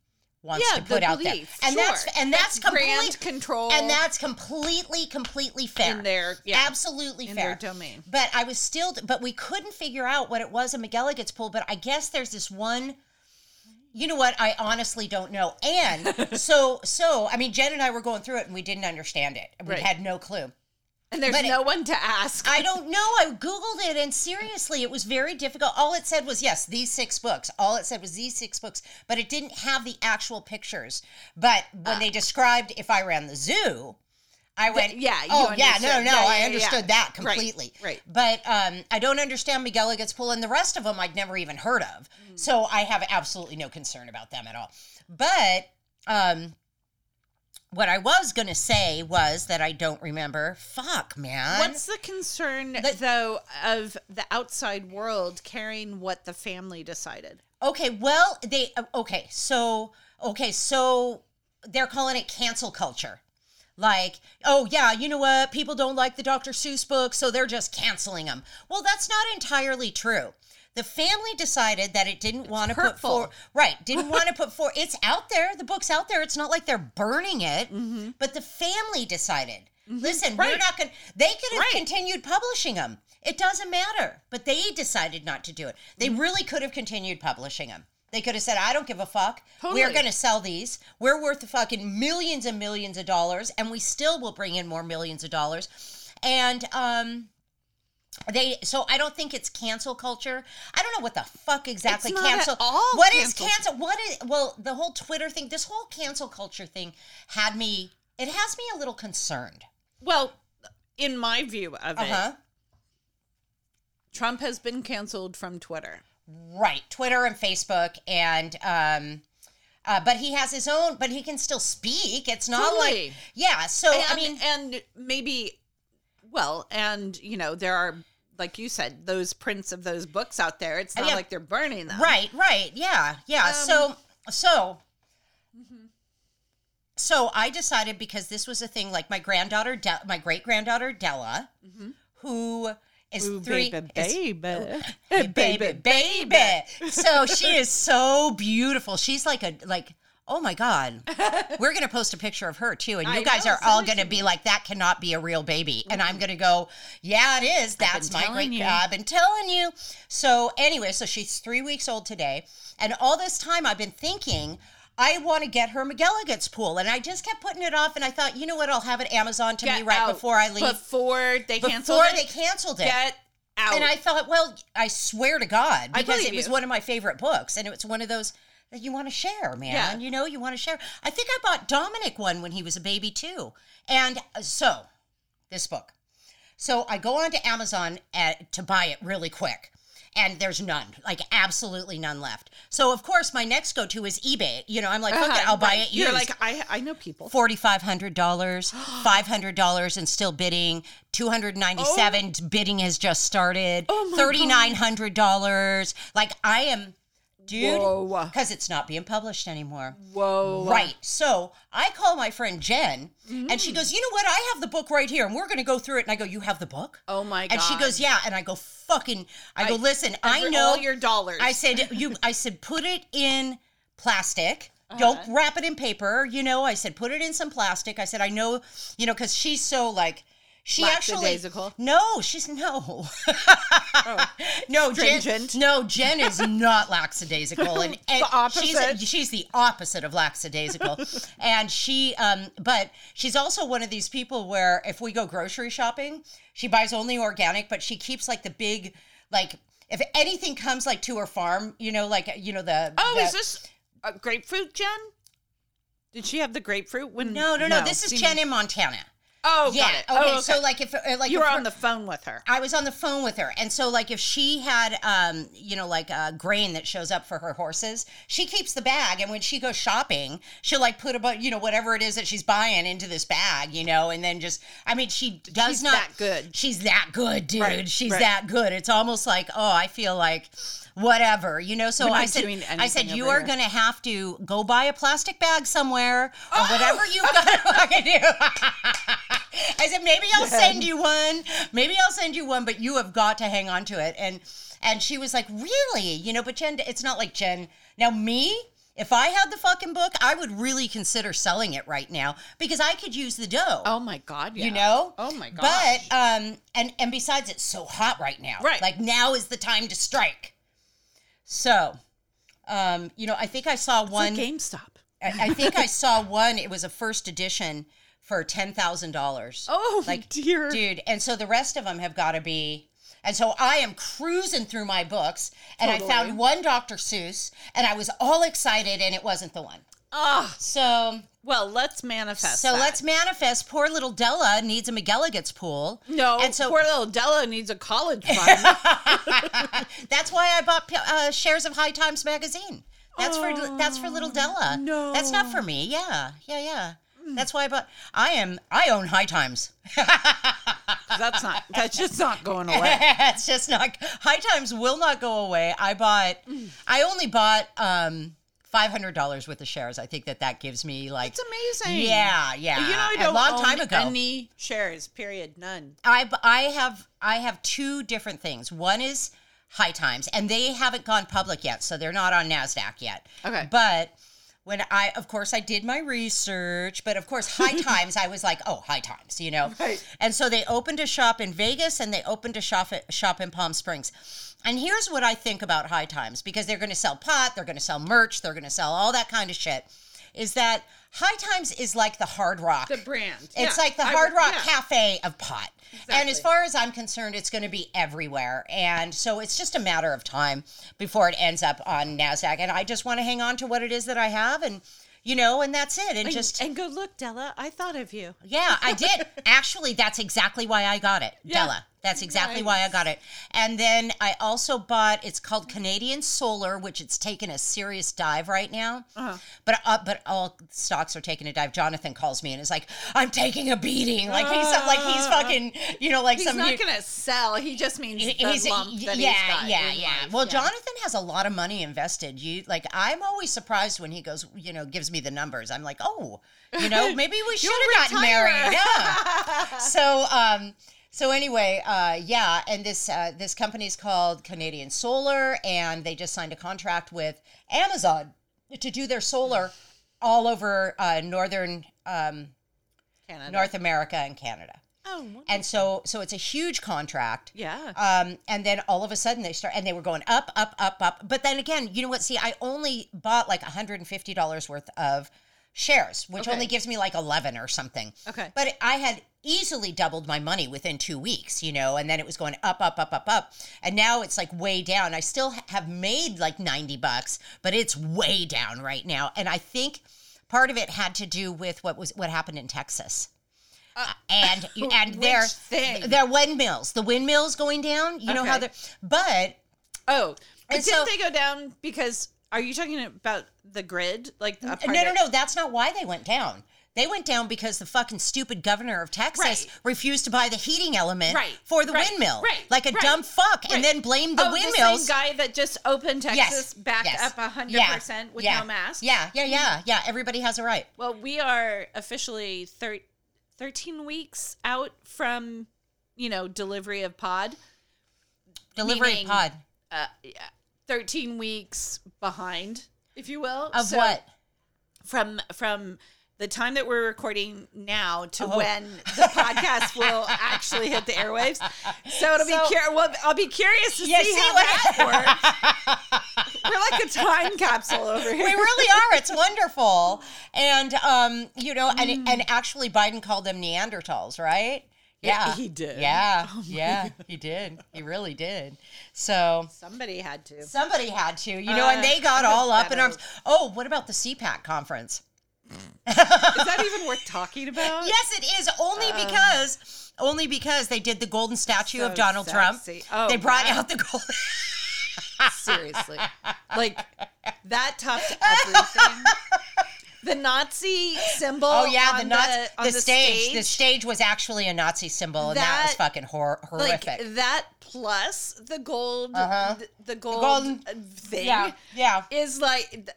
Speaker 1: wants
Speaker 2: Yeah,
Speaker 1: to put
Speaker 2: the
Speaker 1: out
Speaker 2: belief,
Speaker 1: there and that's
Speaker 2: sure.
Speaker 1: and that's,
Speaker 2: That's brand
Speaker 1: complete-
Speaker 2: control.
Speaker 1: and that's completely completely fair
Speaker 2: Oh. In their- yeah.
Speaker 1: absolutely
Speaker 2: In
Speaker 1: fair
Speaker 2: their domain.
Speaker 1: but i was still but we couldn't figure out what it was in mcgilligan's pool but i guess there's this one you know what i honestly don't know
Speaker 2: (laughs)
Speaker 1: and so so i mean jen and i were going through it and we didn't understand it we
Speaker 2: Right.
Speaker 1: had no clue
Speaker 2: And there's
Speaker 1: But it-
Speaker 2: no one to ask.
Speaker 1: I don't know. I googled it, and seriously, it was very difficult. All it said was yes, these six books. All it said was these six books, but it didn't have the actual pictures. But
Speaker 2: Ah.
Speaker 1: when they described if I ran the zoo, I went,
Speaker 2: yeah, you
Speaker 1: oh yeah, no,
Speaker 2: understood.
Speaker 1: no,
Speaker 2: Yeah, yeah,
Speaker 1: I
Speaker 2: yeah.
Speaker 1: understood that
Speaker 2: Right,
Speaker 1: completely.
Speaker 2: right.
Speaker 1: But um, I don't understand McGilligan's Pool, and the rest of them I'd never even heard of.
Speaker 2: Mm.
Speaker 1: So I have absolutely no concern about them at all. But um, what I was gonna say was that I don't remember. Fuck, man.
Speaker 2: What's the concern though of the outside world carrying what the family decided?
Speaker 1: Okay, well, they uh, okay, so okay, so they're calling it cancel culture. Like, oh yeah, you know what? People don't like the Dr. Seuss books, so they're just canceling them. Well, that's not entirely true. The family decided that it didn't want to put
Speaker 2: hurtful.
Speaker 1: forward right,
Speaker 2: (laughs)
Speaker 1: didn't want to put forward. It's out there, the book's out there. It's not like they're burning it, but the family decided. Listen, we're
Speaker 2: Mm-hmm. Right.
Speaker 1: not going to they could have
Speaker 2: Right.
Speaker 1: continued publishing them. It doesn't matter. But they decided not to do it. They
Speaker 2: Mm-hmm.
Speaker 1: really could have continued publishing them. They could have said, I don't give a fuck. We're
Speaker 2: Totally.
Speaker 1: going to sell these. We're worth the fucking millions and millions of dollars, and we still will bring in more millions of dollars. And, um, they so I don't think it's cancel culture. I don't know what the fuck exactly
Speaker 2: not at
Speaker 1: cancel.
Speaker 2: all
Speaker 1: What is
Speaker 2: cancel-
Speaker 1: cancel? What is well the whole Twitter thing? This whole cancel culture thing had me. It has me a little concerned.
Speaker 2: Well, in my view of
Speaker 1: Uh huh.
Speaker 2: it, Trump has been canceled from Twitter.
Speaker 1: Right, Twitter and Facebook, and um, uh, but he has his own. But he can still speak. It's not like
Speaker 2: Totally.
Speaker 1: yeah. So
Speaker 2: And,
Speaker 1: I mean,
Speaker 2: and maybe, well, and you know, there are, like you said, those prints of those books out there. It's not
Speaker 1: yeah.
Speaker 2: like they're burning them.
Speaker 1: right, right, yeah, yeah. so so. So I decided because this was a thing like my granddaughter, De- my great granddaughter Della, who is
Speaker 2: Ooh,
Speaker 1: three,
Speaker 2: baby,
Speaker 1: is (laughs)
Speaker 2: baby.
Speaker 1: baby, baby. So she is so beautiful. She's like a like. Oh my
Speaker 2: (laughs)
Speaker 1: God. We're going to post a picture of her too. And you
Speaker 2: I
Speaker 1: guys
Speaker 2: know,
Speaker 1: are all
Speaker 2: send it
Speaker 1: going to be like, that cannot be a real baby. And I'm going to go, yeah, it is. That's my
Speaker 2: telling
Speaker 1: great
Speaker 2: you.
Speaker 1: I've been telling you. So, anyway, so she's three weeks old today. And all this time I've been thinking, I want to get her McGilligan's pool. And I just kept putting it off. And I thought, you know what? I'll have it Amazon to me
Speaker 2: Get
Speaker 1: right
Speaker 2: out.
Speaker 1: before I leave.
Speaker 2: Before they cancel
Speaker 1: before they
Speaker 2: it,
Speaker 1: canceled it.
Speaker 2: get out.
Speaker 1: And I thought, well, I swear to God,
Speaker 2: I
Speaker 1: because
Speaker 2: believe
Speaker 1: it was
Speaker 2: you.
Speaker 1: one of my favorite books, and it was one of those that you want to share, man.
Speaker 2: Yeah.
Speaker 1: You know, you want to share. I think I bought Dominic one when he was a baby too, and uh, so this book. So I go on to Amazon at, to buy it really quick. And there's none, like absolutely none left. So of course, my next go to is eBay. You know, I'm like, fuck it, I'll buy it.
Speaker 2: Uh-huh, You're
Speaker 1: used.
Speaker 2: like, I, I know people.
Speaker 1: $4,500,
Speaker 2: (gasps)
Speaker 1: $500 and still bidding. 297 bidding has just started.
Speaker 2: Oh my God.
Speaker 1: $3,900. Like I am dude.
Speaker 2: Whoa.
Speaker 1: Because it's not being published anymore.
Speaker 2: Whoa.
Speaker 1: Right. So I call my friend Jen and
Speaker 2: Mm.
Speaker 1: she goes, You know what? I have the book right here and we're going to go through it. And I go, You have the book?
Speaker 2: Oh my god.
Speaker 1: and she goes, Yeah. And I go, Fucking, I, go,
Speaker 2: I-
Speaker 1: Listen,
Speaker 2: And
Speaker 1: I
Speaker 2: for
Speaker 1: know.
Speaker 2: all your dollars.
Speaker 1: I said, You, I said, put it in plastic.
Speaker 2: Uh-huh.
Speaker 1: Don't wrap it in paper. You know, I said, put it in some plastic. I said, I know, you know, because she's so like, she actually.
Speaker 2: Lackadaisical? Oh.
Speaker 1: No, she's no. (laughs) no, Jen,
Speaker 2: Stringent.
Speaker 1: no, Jen is not
Speaker 2: (laughs)
Speaker 1: lackadaisical, and, and
Speaker 2: opposite.
Speaker 1: She's, she's the opposite of
Speaker 2: (laughs)
Speaker 1: lackadaisical, and she, um, but she's also one of these people where if we go grocery shopping, she buys only organic, but she keeps like the big, like if anything comes like to her farm, you know, like you know the
Speaker 2: Oh,
Speaker 1: the,
Speaker 2: is this uh, grapefruit, Jen? Did she have the grapefruit when?
Speaker 1: no, no, no, This
Speaker 2: see-
Speaker 1: is Jen in Montana.
Speaker 2: Oh,
Speaker 1: Yeah.
Speaker 2: got it.
Speaker 1: Okay,
Speaker 2: Oh,
Speaker 1: So like if uh, like
Speaker 2: you
Speaker 1: if
Speaker 2: were
Speaker 1: her-
Speaker 2: on the phone with her.
Speaker 1: I was on the phone with her, and so like if she had, um, you know, like uh, grain that shows up for her horses, she keeps the bag, and when she goes shopping, she'll like put about you know whatever it is that she's buying into this bag, you know, and then just I mean she does
Speaker 2: She's
Speaker 1: not
Speaker 2: that good.
Speaker 1: She's that good, dude.
Speaker 2: Right,
Speaker 1: she's
Speaker 2: right.
Speaker 1: that good. It's almost like oh, I feel like whatever, you know. So
Speaker 2: We're not
Speaker 1: I said,
Speaker 2: doing
Speaker 1: I said
Speaker 2: anything
Speaker 1: you
Speaker 2: over
Speaker 1: are
Speaker 2: here."
Speaker 1: gonna have to go buy a plastic bag somewhere or
Speaker 2: Oh!
Speaker 1: whatever you (laughs) gotta fucking do. (laughs) I said, maybe I'll send you one. Maybe I'll send you one, but you have got to hang on to it. And and she was like, really? You know, but Jen, it's not like Jen. Now me, if I had the fucking book, I would really consider selling it right now because I could use the dough.
Speaker 2: Oh my god. Yeah.
Speaker 1: You know?
Speaker 2: Oh my god.
Speaker 1: But um and and besides it's so hot right now.
Speaker 2: Right.
Speaker 1: Like now is the time to strike. So um, you know, I think I saw one
Speaker 2: GameStop.
Speaker 1: I, I think I saw one. It was a first edition for ten thousand dollars.
Speaker 2: Oh
Speaker 1: Like,
Speaker 2: dear.
Speaker 1: dude! And so the rest of them have got to be. And so I am cruising through my books, and I found one Dr. Seuss, and I was all excited, and it wasn't the one.
Speaker 2: Ah,
Speaker 1: So,
Speaker 2: well, let's manifest.
Speaker 1: so
Speaker 2: that.
Speaker 1: let's manifest. Poor little Della needs a McGilligan's pool.
Speaker 2: No,
Speaker 1: and so
Speaker 2: poor little Della needs a college
Speaker 1: (laughs)
Speaker 2: fund.
Speaker 1: That's why I bought uh, shares of High Times magazine. That's for that's for little Della.
Speaker 2: no. Mm.
Speaker 1: that's not for me. Yeah, yeah, yeah. That's why I bought. I am. I own High Times.
Speaker 2: that's not. That's just not
Speaker 1: (laughs)
Speaker 2: going away.
Speaker 1: it's just not. High Times will not go away. I bought.
Speaker 2: Mm.
Speaker 1: I only bought um five hundred dollars worth of shares. I think that that gives me like.
Speaker 2: It's amazing.
Speaker 1: yeah, yeah.
Speaker 2: You know, I
Speaker 1: A
Speaker 2: don't
Speaker 1: long
Speaker 2: own
Speaker 1: time ago.
Speaker 2: any shares. Period. None.
Speaker 1: I I have I have two different things. One is High Times, and they haven't gone public yet, so they're not on Nasdaq yet.
Speaker 2: Okay.
Speaker 1: but when I, of course, I did my research, but of course,
Speaker 2: (laughs)
Speaker 1: High Times, I was like, oh, High Times, you know.
Speaker 2: Right.
Speaker 1: And so they opened a shop in Vegas, and they opened a shop shop in Palm Springs. And here's what I think about High Times because they're going to sell pot, they're going to sell merch, they're going to sell all that kind of shit. Is that High Times is like the Hard Rock,
Speaker 2: The brand.
Speaker 1: it's
Speaker 2: Yeah.
Speaker 1: like the
Speaker 2: I
Speaker 1: Hard
Speaker 2: would-
Speaker 1: Rock
Speaker 2: yeah.
Speaker 1: Cafe of pot. And as
Speaker 2: Exactly.
Speaker 1: far as I'm concerned, it's going to be everywhere. And so it's just a matter of time before it ends up on NASDAQ. And I just want to hang on to what it is that I have and, you know, and that's it. And
Speaker 2: And-
Speaker 1: just,
Speaker 2: and go look, Della. I thought of you.
Speaker 1: yeah, I did.
Speaker 2: (laughs)
Speaker 1: Actually, that's exactly why I got it, Della. That's exactly why I got it. And then I also bought. It's called Canadian Solar, which it's taken a serious dive right now.
Speaker 2: Uh-huh.
Speaker 1: But uh, but all stocks are taking a dive. Jonathan calls me and is like, "I'm taking a beating." Like he's like he's fucking you know like
Speaker 2: Ah. He's
Speaker 1: some.
Speaker 2: not
Speaker 1: new-
Speaker 2: gonna sell. He just means the lump that
Speaker 1: yeah,
Speaker 2: he's got.
Speaker 1: yeah,
Speaker 2: in
Speaker 1: yeah.
Speaker 2: life.
Speaker 1: Well, Jonathan has a lot of money invested. You like, I'm always surprised when he goes, you know, gives me the numbers. I'm like, oh, you
Speaker 2: (laughs)
Speaker 1: know, maybe we should have gotten
Speaker 2: retire.
Speaker 1: married.
Speaker 2: (laughs)
Speaker 1: Yeah. so, um, so anyway, uh, yeah, and this uh, this company is called Canadian Solar, and they just signed a contract with Amazon to do their solar all over uh, northern um,
Speaker 2: Canada.
Speaker 1: North America and Canada.
Speaker 2: Oh, wonderful.
Speaker 1: And so, so it's a huge contract.
Speaker 2: yeah.
Speaker 1: Um, and then all of a sudden they start and they were going up, up, up, up. But then again, you know what? See, I only bought like $150 worth of shares, which
Speaker 2: Okay.
Speaker 1: only gives me like 11 or something.
Speaker 2: Okay.
Speaker 1: But I had easily doubled my money within two weeks, you know, and then it was going up, up, up, up, up. And now it's like way down. I still ha- have made like 90 bucks, but it's way down right now. And I think part of it had to do with what was what happened in Texas Uh,
Speaker 2: (laughs)
Speaker 1: and and
Speaker 2: Uh, Which
Speaker 1: their
Speaker 2: thing?
Speaker 1: their windmills, the windmills going down. You know how
Speaker 2: Okay.
Speaker 1: they're, but
Speaker 2: oh, but
Speaker 1: and so-
Speaker 2: didn't they go down because? Are you talking about the grid, like the
Speaker 1: no, no, no. That's not why they went down. They went down because the fucking stupid governor of Texas
Speaker 2: Right.
Speaker 1: refused to buy the heating element
Speaker 2: Right.
Speaker 1: for the
Speaker 2: Right.
Speaker 1: windmill.
Speaker 2: Right.
Speaker 1: Like a
Speaker 2: Right.
Speaker 1: dumb fuck
Speaker 2: Right.
Speaker 1: and then blamed the
Speaker 2: oh, The
Speaker 1: windmills.
Speaker 2: same guy that just opened Texas
Speaker 1: yes.
Speaker 2: back
Speaker 1: yes.
Speaker 2: up up hundred
Speaker 1: Yeah.
Speaker 2: percent with
Speaker 1: yeah.
Speaker 2: no mask.
Speaker 1: Yeah, yeah, yeah, yeah. Everybody has a right.
Speaker 2: Well, we are officially thir- 13 weeks out from, you know, delivery of pod.
Speaker 1: Delivery
Speaker 2: Meaning-
Speaker 1: pod.
Speaker 2: Uh, yeah, 13 weeks behind, if you will.
Speaker 1: Of
Speaker 2: So (laughs)
Speaker 1: what?
Speaker 2: From from the time that we're recording now to
Speaker 1: Oh.
Speaker 2: when the
Speaker 1: (laughs)
Speaker 2: podcast will actually hit the airwaves. So it'll
Speaker 1: So-
Speaker 2: be cur- well, I'll be curious to
Speaker 1: Yeah,
Speaker 2: see,
Speaker 1: see
Speaker 2: how
Speaker 1: what-
Speaker 2: that
Speaker 1: (laughs)
Speaker 2: works. we're like a time capsule over here.
Speaker 1: we really are. It's wonderful. And um, you know,
Speaker 2: Mm.
Speaker 1: and and actually Biden called them Neanderthals, right? Yeah.
Speaker 2: he did. Oh
Speaker 1: Yeah.
Speaker 2: (laughs)
Speaker 1: yeah, he did. He really did. So
Speaker 2: Somebody had to.
Speaker 1: somebody had to, you know,
Speaker 2: Uh,
Speaker 1: and they got
Speaker 2: I
Speaker 1: all up
Speaker 2: better-
Speaker 1: in arms. Oh, what about the CPAC conference?
Speaker 2: Is that even worth talking about?
Speaker 1: Yes, it is only because only because they did the golden statue
Speaker 2: Oh. so
Speaker 1: of Donald
Speaker 2: sexy.
Speaker 1: Trump.
Speaker 2: Oh,
Speaker 1: they brought
Speaker 2: wow.
Speaker 1: out the
Speaker 2: (laughs)
Speaker 1: gold.
Speaker 2: Seriously. Like that topped
Speaker 1: (laughs)
Speaker 2: everything. The Nazi symbol.
Speaker 1: Oh yeah, the
Speaker 2: on
Speaker 1: Nazi,
Speaker 2: on
Speaker 1: the, stage. The stage was actually a Nazi symbol, and that, was
Speaker 2: That-
Speaker 1: fucking hor-
Speaker 2: like uh,
Speaker 1: horrific.
Speaker 2: that plus the gold,
Speaker 1: Uh-huh.
Speaker 2: th- the, gold
Speaker 1: golden-
Speaker 2: uh, thing
Speaker 1: yeah, yeah.
Speaker 2: is like. th-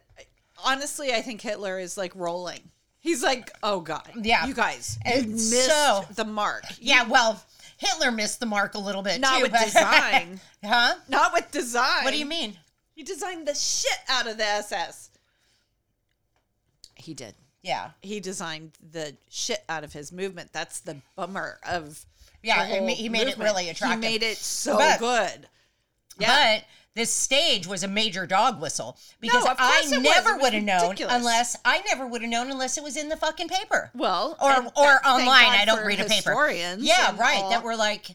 Speaker 2: Honestly, I think Hitler is like rolling. He's like, oh god,
Speaker 1: Yeah.
Speaker 2: you guys, you
Speaker 1: And
Speaker 2: missed
Speaker 1: so-
Speaker 2: the mark.
Speaker 1: Yeah, well, Hitler missed the mark a little bit
Speaker 2: Not
Speaker 1: too.
Speaker 2: with
Speaker 1: but- (laughs)
Speaker 2: design.
Speaker 1: huh?
Speaker 2: Not with design.
Speaker 1: What do you mean?
Speaker 2: He designed the shit out of the SS. He did.
Speaker 1: Yeah,
Speaker 2: He designed the shit out of his movement. That's the bummer of.
Speaker 1: yeah.
Speaker 2: the
Speaker 1: it ma-
Speaker 2: whole
Speaker 1: he made
Speaker 2: movement.
Speaker 1: it really attractive.
Speaker 2: He made it so
Speaker 1: But-
Speaker 2: good.
Speaker 1: But this stage was a major dog whistle because I
Speaker 2: of course it was. It
Speaker 1: never
Speaker 2: was
Speaker 1: would have known
Speaker 2: ridiculous.
Speaker 1: unless I never would have known unless it was in the fucking paper.
Speaker 2: Well,
Speaker 1: or
Speaker 2: and
Speaker 1: or
Speaker 2: that- thank
Speaker 1: online.
Speaker 2: God
Speaker 1: I don't
Speaker 2: for
Speaker 1: read a paper.
Speaker 2: historians
Speaker 1: Yeah,
Speaker 2: and
Speaker 1: right.
Speaker 2: all.
Speaker 1: That were like.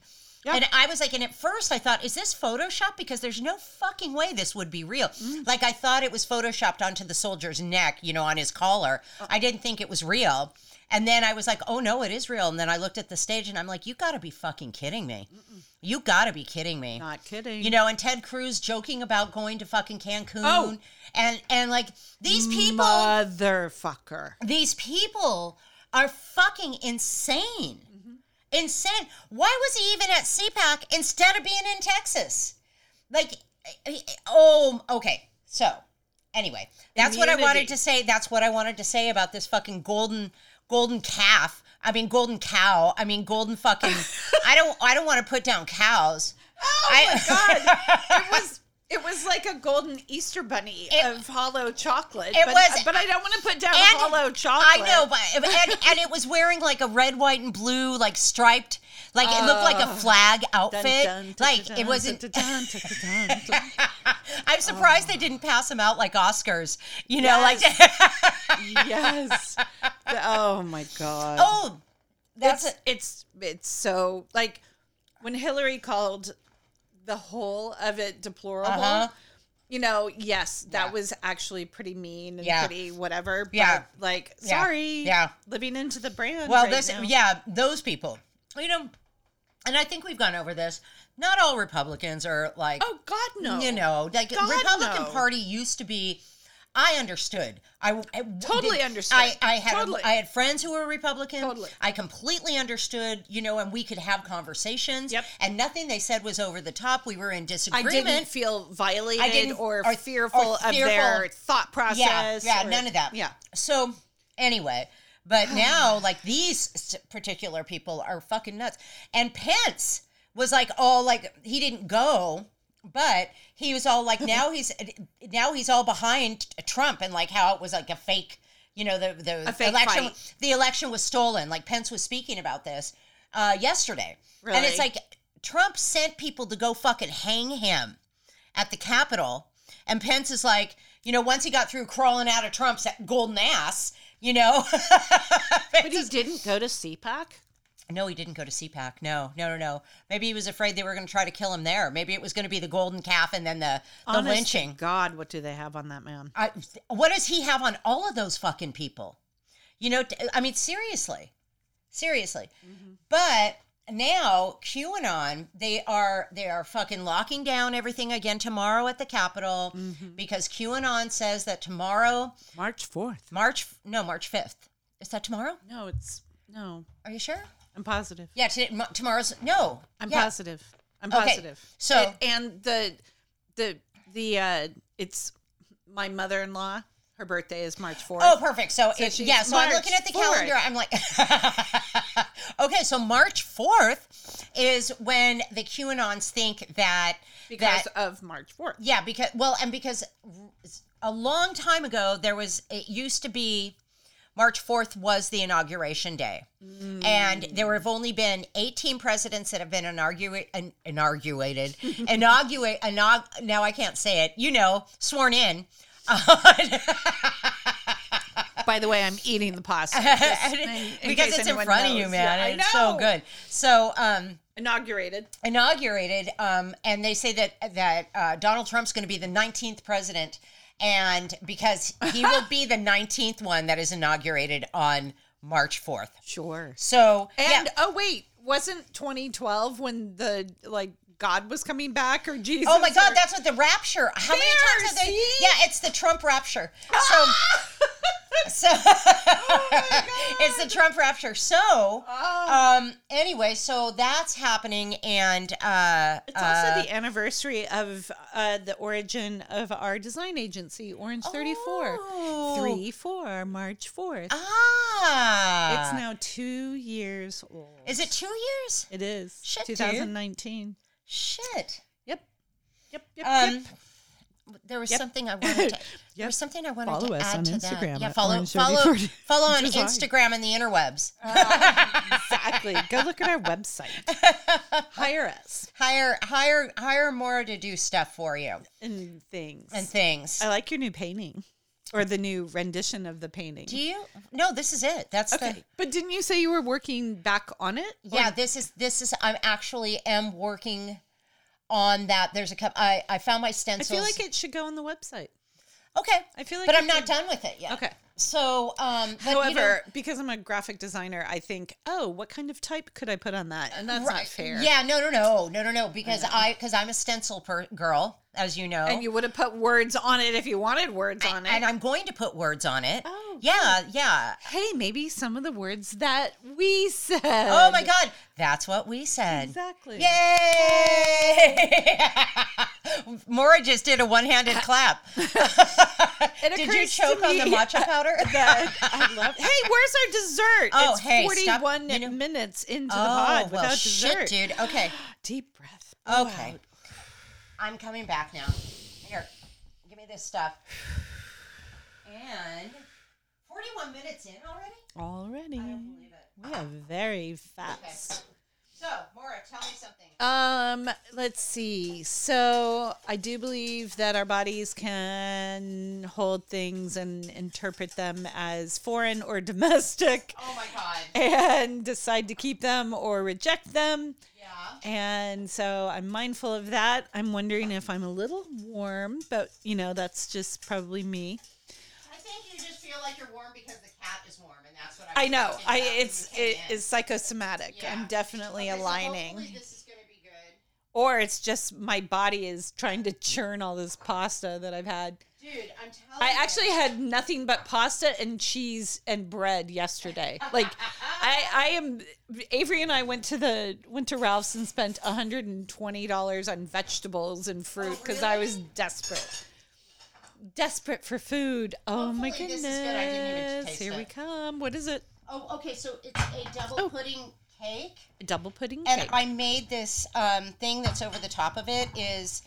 Speaker 2: Yeah.
Speaker 1: And I was like, and at first I thought, is this Photoshop? Because there's no fucking way this would be real.
Speaker 2: Mm.
Speaker 1: Like I thought it was photoshopped onto the soldier's neck, you know, on his collar.
Speaker 2: Uh.
Speaker 1: I didn't think it was real. And then I was like, oh no, it is real. And then I looked at the stage and I'm like, you gotta be fucking kidding me. You gotta be kidding me.
Speaker 2: Not kidding.
Speaker 1: You know, and Ted Cruz joking about going to fucking Cancun.
Speaker 2: Oh.
Speaker 1: And and like these people
Speaker 2: motherfucker.
Speaker 1: these people are fucking insane.
Speaker 2: Mm-hmm.
Speaker 1: Insane. Why was he even at CPAC instead of being in Texas? Like, I- I- oh, okay. So, anyway, that's what I wanted
Speaker 2: Immunity.
Speaker 1: to say. That's what I wanted to say about this fucking golden, golden calf. I mean, golden cow. I mean, golden
Speaker 2: (laughs)
Speaker 1: fucking. I don't. I don't want to put down cows.
Speaker 2: Oh
Speaker 1: (laughs) I-
Speaker 2: my god! it was it was like a golden Easter bunny
Speaker 1: It-
Speaker 2: of hollow chocolate.
Speaker 1: it
Speaker 2: but,
Speaker 1: was-
Speaker 2: but I don't want to put down
Speaker 1: and-
Speaker 2: hollow chocolate.
Speaker 1: I know, but and, and it was wearing like a red, white, and blue, like striped, like it looked
Speaker 2: Ah.
Speaker 1: like a flag outfit. like it wasn't. I'm surprised they didn't pass them out like Oscars. You know, like (laughs)
Speaker 2: yes. Oh my god.
Speaker 1: oh, that's
Speaker 2: it's,
Speaker 1: it.
Speaker 2: it's it's so like when Hillary called the whole of it deplorable.
Speaker 1: (laughs) Uh-huh.
Speaker 2: You know, yes, that
Speaker 1: Yeah.
Speaker 2: was actually pretty mean and
Speaker 1: Yeah.
Speaker 2: pretty whatever. But
Speaker 1: Yeah.
Speaker 2: like,
Speaker 1: Yeah.
Speaker 2: sorry,
Speaker 1: Yeah.
Speaker 2: living into the brand.
Speaker 1: Well,
Speaker 2: right
Speaker 1: this
Speaker 2: now.
Speaker 1: yeah, those people. You know, and I think we've gone over this. Not all Republicans are like
Speaker 2: Oh God, no.
Speaker 1: you know, like
Speaker 2: God,
Speaker 1: Republican
Speaker 2: no.
Speaker 1: Party used to be. I understood. I, I
Speaker 2: Totally
Speaker 1: did-
Speaker 2: understood.
Speaker 1: I, I had
Speaker 2: Totally.
Speaker 1: I had friends who were Republican.
Speaker 2: Totally.
Speaker 1: I completely understood. You know, and we could have conversations.
Speaker 2: Yep.
Speaker 1: And nothing they said was over the top. We were in
Speaker 2: I
Speaker 1: disagreement.
Speaker 2: didn't feel violated
Speaker 1: didn't-
Speaker 2: or,
Speaker 1: or-
Speaker 2: fearful
Speaker 1: or
Speaker 2: of their
Speaker 1: fearful.
Speaker 2: thought process.
Speaker 1: Yeah, yeah,
Speaker 2: or-
Speaker 1: none of that.
Speaker 2: Yeah.
Speaker 1: So anyway, but now like these s- particular people are fucking nuts. And Pence was like, all like he didn't go, but he was all like, now he's (laughs) now he's all behind Trump and like how it was like a fake, you know, the the
Speaker 2: A fake
Speaker 1: election
Speaker 2: fight.
Speaker 1: the election was stolen. Like Pence was speaking about this uh, yesterday, and
Speaker 2: Really?
Speaker 1: it's like Trump sent people to go fucking hang him at the Capitol. And Pence is like, you know, once he got through crawling out of Trump's golden ass, you know. (laughs)
Speaker 2: But he didn't go to CPAC.
Speaker 1: no, he didn't go to CPAC. No, no, no, no. Maybe he was afraid they were going to try to kill him there. Maybe it was going to be the golden calf and then the, the
Speaker 2: Honest to
Speaker 1: lynching.
Speaker 2: God, what do they have on that man?
Speaker 1: I, what does he have on all of those fucking people? You know, t- I mean, seriously, seriously. But now QAnon, they are they are fucking locking down everything again tomorrow at the Capitol because QAnon says that tomorrow,
Speaker 2: March fourth.
Speaker 1: March no March fifth, Is that tomorrow?
Speaker 2: No, it's no.
Speaker 1: Are you sure?
Speaker 2: I'm positive.
Speaker 1: Yeah, today, mo- tomorrow's no.
Speaker 2: I'm
Speaker 1: yeah.
Speaker 2: positive. I'm
Speaker 1: Okay,
Speaker 2: positive.
Speaker 1: so-
Speaker 2: It- and the the the uh it's my mother-in-law. Her birthday is March 4th.
Speaker 1: Oh, perfect. So,
Speaker 2: So
Speaker 1: if,
Speaker 2: she's
Speaker 1: yeah, so I'm
Speaker 2: March
Speaker 1: looking at the
Speaker 2: 4th.
Speaker 1: calendar. I'm like, (laughs) okay, so March 4th is when the QAnons think that
Speaker 2: because
Speaker 1: that
Speaker 2: of March 4th.
Speaker 1: yeah, because well, and because a long time ago there was it used to be March 4th was the inauguration day. And there have only been 18 presidents that have been inaugura- in- inaugurated, (laughs) inaugurate, inaug- now I can't say it, you know, sworn in.
Speaker 2: By the way, I'm eating
Speaker 1: (laughs)
Speaker 2: the pasta (laughs) just in- in
Speaker 1: because
Speaker 2: case
Speaker 1: it's in
Speaker 2: anyone
Speaker 1: front of you,
Speaker 2: knows.
Speaker 1: man.
Speaker 2: Yeah, I
Speaker 1: and it's so
Speaker 2: know.
Speaker 1: good. So, um,
Speaker 2: Inaugurated.
Speaker 1: inaugurated, um, and they say that that uh, Donald Trump's going to be the 19th president, and because
Speaker 2: (laughs)
Speaker 1: he will be the 19th one that is inaugurated on March 4th.
Speaker 2: Sure.
Speaker 1: So yeah,
Speaker 2: And oh wait, wasn't 2012 when the like God was coming back or Jesus?
Speaker 1: Oh my God,
Speaker 2: or-
Speaker 1: that's what the rapture. How many
Speaker 2: There,
Speaker 1: times have they?
Speaker 2: see? Ah!
Speaker 1: Yeah, it's the Trump rapture. So,
Speaker 2: (laughs)
Speaker 1: so
Speaker 2: Oh
Speaker 1: (laughs) it's the Trump rapture. So,
Speaker 2: Ah.
Speaker 1: um, anyway, so that's happening, and uh,
Speaker 2: It's also the anniversary of uh, the origin of our design agency, Orange 34.
Speaker 1: Oh.
Speaker 2: 3 4, March 4th.
Speaker 1: ah,
Speaker 2: It's now two years old.
Speaker 1: Is it two years?
Speaker 2: It is.
Speaker 1: Shit, dude.
Speaker 2: 2019.
Speaker 1: Shit.
Speaker 2: Yep. Yep. Yep.
Speaker 1: Um,
Speaker 2: yep.
Speaker 1: there was something I
Speaker 2: (laughs)
Speaker 1: wanted. To, There
Speaker 2: Yep.
Speaker 1: was something I wanted
Speaker 2: Follow
Speaker 1: to
Speaker 2: us
Speaker 1: add
Speaker 2: on
Speaker 1: to that.
Speaker 2: Instagram
Speaker 1: Yeah,
Speaker 2: at
Speaker 1: follow,
Speaker 2: Orange
Speaker 1: follow,
Speaker 2: 34
Speaker 1: (laughs) follow on
Speaker 2: Design.
Speaker 1: Instagram and the interwebs. (laughs)
Speaker 2: exactly. Go look at our website. Hire us
Speaker 1: hire, hire, hire Mora to do stuff for you
Speaker 2: and things.
Speaker 1: and things.
Speaker 2: I like your new painting or the new rendition of the painting.
Speaker 1: Do you? No, this is it. That's
Speaker 2: okay. But didn't you say you were working back on it?
Speaker 1: the. Yeah, this is this is. I'm actually am working on that. There's a couple. I I found my
Speaker 2: I
Speaker 1: stencils.
Speaker 2: feel like it should go on the website.
Speaker 1: okay.
Speaker 2: I feel like
Speaker 1: but
Speaker 2: it
Speaker 1: I'm not
Speaker 2: did-
Speaker 1: done with it yet.
Speaker 2: Okay.
Speaker 1: So, um, but,
Speaker 2: However,
Speaker 1: you know,
Speaker 2: (laughs) because I'm a graphic designer, I think, oh, what kind of type could I put on that? And that's not
Speaker 1: Right.
Speaker 2: fair.
Speaker 1: Yeah, no, no, no, no, no, no. Because I, because I'm a stencil per- girl, as you know,
Speaker 2: And you would have put words on it if you wanted words on it.
Speaker 1: and I'm going to put words on it.
Speaker 2: Oh,
Speaker 1: yeah, yeah.
Speaker 2: hey, maybe some of the words that we said.
Speaker 1: Oh my God, that's what we said.
Speaker 2: Exactly.
Speaker 1: Yay! (laughs) Mora just did a one-handed clap.
Speaker 2: (laughs)
Speaker 1: (laughs)
Speaker 2: It
Speaker 1: Did you
Speaker 2: occurs to
Speaker 1: choke on the
Speaker 2: me
Speaker 1: matcha
Speaker 2: (laughs)
Speaker 1: powder?
Speaker 2: that I love. Hey, where's our dessert?
Speaker 1: Oh,
Speaker 2: it's
Speaker 1: hey, stop.
Speaker 2: 41
Speaker 1: You know-
Speaker 2: minutes into the
Speaker 1: oh
Speaker 2: pod
Speaker 1: well,
Speaker 2: without
Speaker 1: shit,
Speaker 2: dessert. Oh,
Speaker 1: dude. Okay,
Speaker 2: Deep breath. blow
Speaker 1: okay.
Speaker 2: out.
Speaker 1: I'm coming back now. Here, give me this stuff. And 41 minutes in already.
Speaker 2: Already.
Speaker 1: Believe it.
Speaker 2: We are very fast.
Speaker 1: So, Mora, tell me something.
Speaker 2: Um, let's see. So I do believe that our bodies can hold things and interpret them as foreign or (laughs) domestic
Speaker 1: Oh my God.
Speaker 2: and decide to keep them or reject them.
Speaker 1: Yeah.
Speaker 2: And so I'm mindful of that. I'm wondering if I'm a little warm, but you know, that's just probably me.
Speaker 1: I think you just feel like you're warm because the cat is warm, and that's what I.
Speaker 2: I
Speaker 1: was
Speaker 2: know.
Speaker 1: thinking
Speaker 2: I
Speaker 1: about when
Speaker 2: it's
Speaker 1: you
Speaker 2: it
Speaker 1: came in.
Speaker 2: is psychosomatic.
Speaker 1: Yeah.
Speaker 2: I'm definitely
Speaker 1: Okay, so
Speaker 2: aligning.
Speaker 1: hopefully this is going to be good,
Speaker 2: or it's just my body is trying to churn all this pasta that I've had.
Speaker 1: dude. I'm telling.
Speaker 2: I
Speaker 1: you.
Speaker 2: actually had nothing but pasta and cheese and bread yesterday.
Speaker 1: (laughs)
Speaker 2: Like I, I am Avery and I went to the went to Ralph's and spent hundred and twenty dollars on vegetables and
Speaker 1: Oh,
Speaker 2: fruit because I was desperate. Desperate for food. Oh my
Speaker 1: Hopefully
Speaker 2: goodness.
Speaker 1: this is good. I didn't even taste
Speaker 2: Here we
Speaker 1: it.
Speaker 2: come. What is it?
Speaker 1: Oh, okay. So it's a double pudding cake,
Speaker 2: A double pudding
Speaker 1: and
Speaker 2: Oh. cake.
Speaker 1: I made this um, thing that's over the top of it is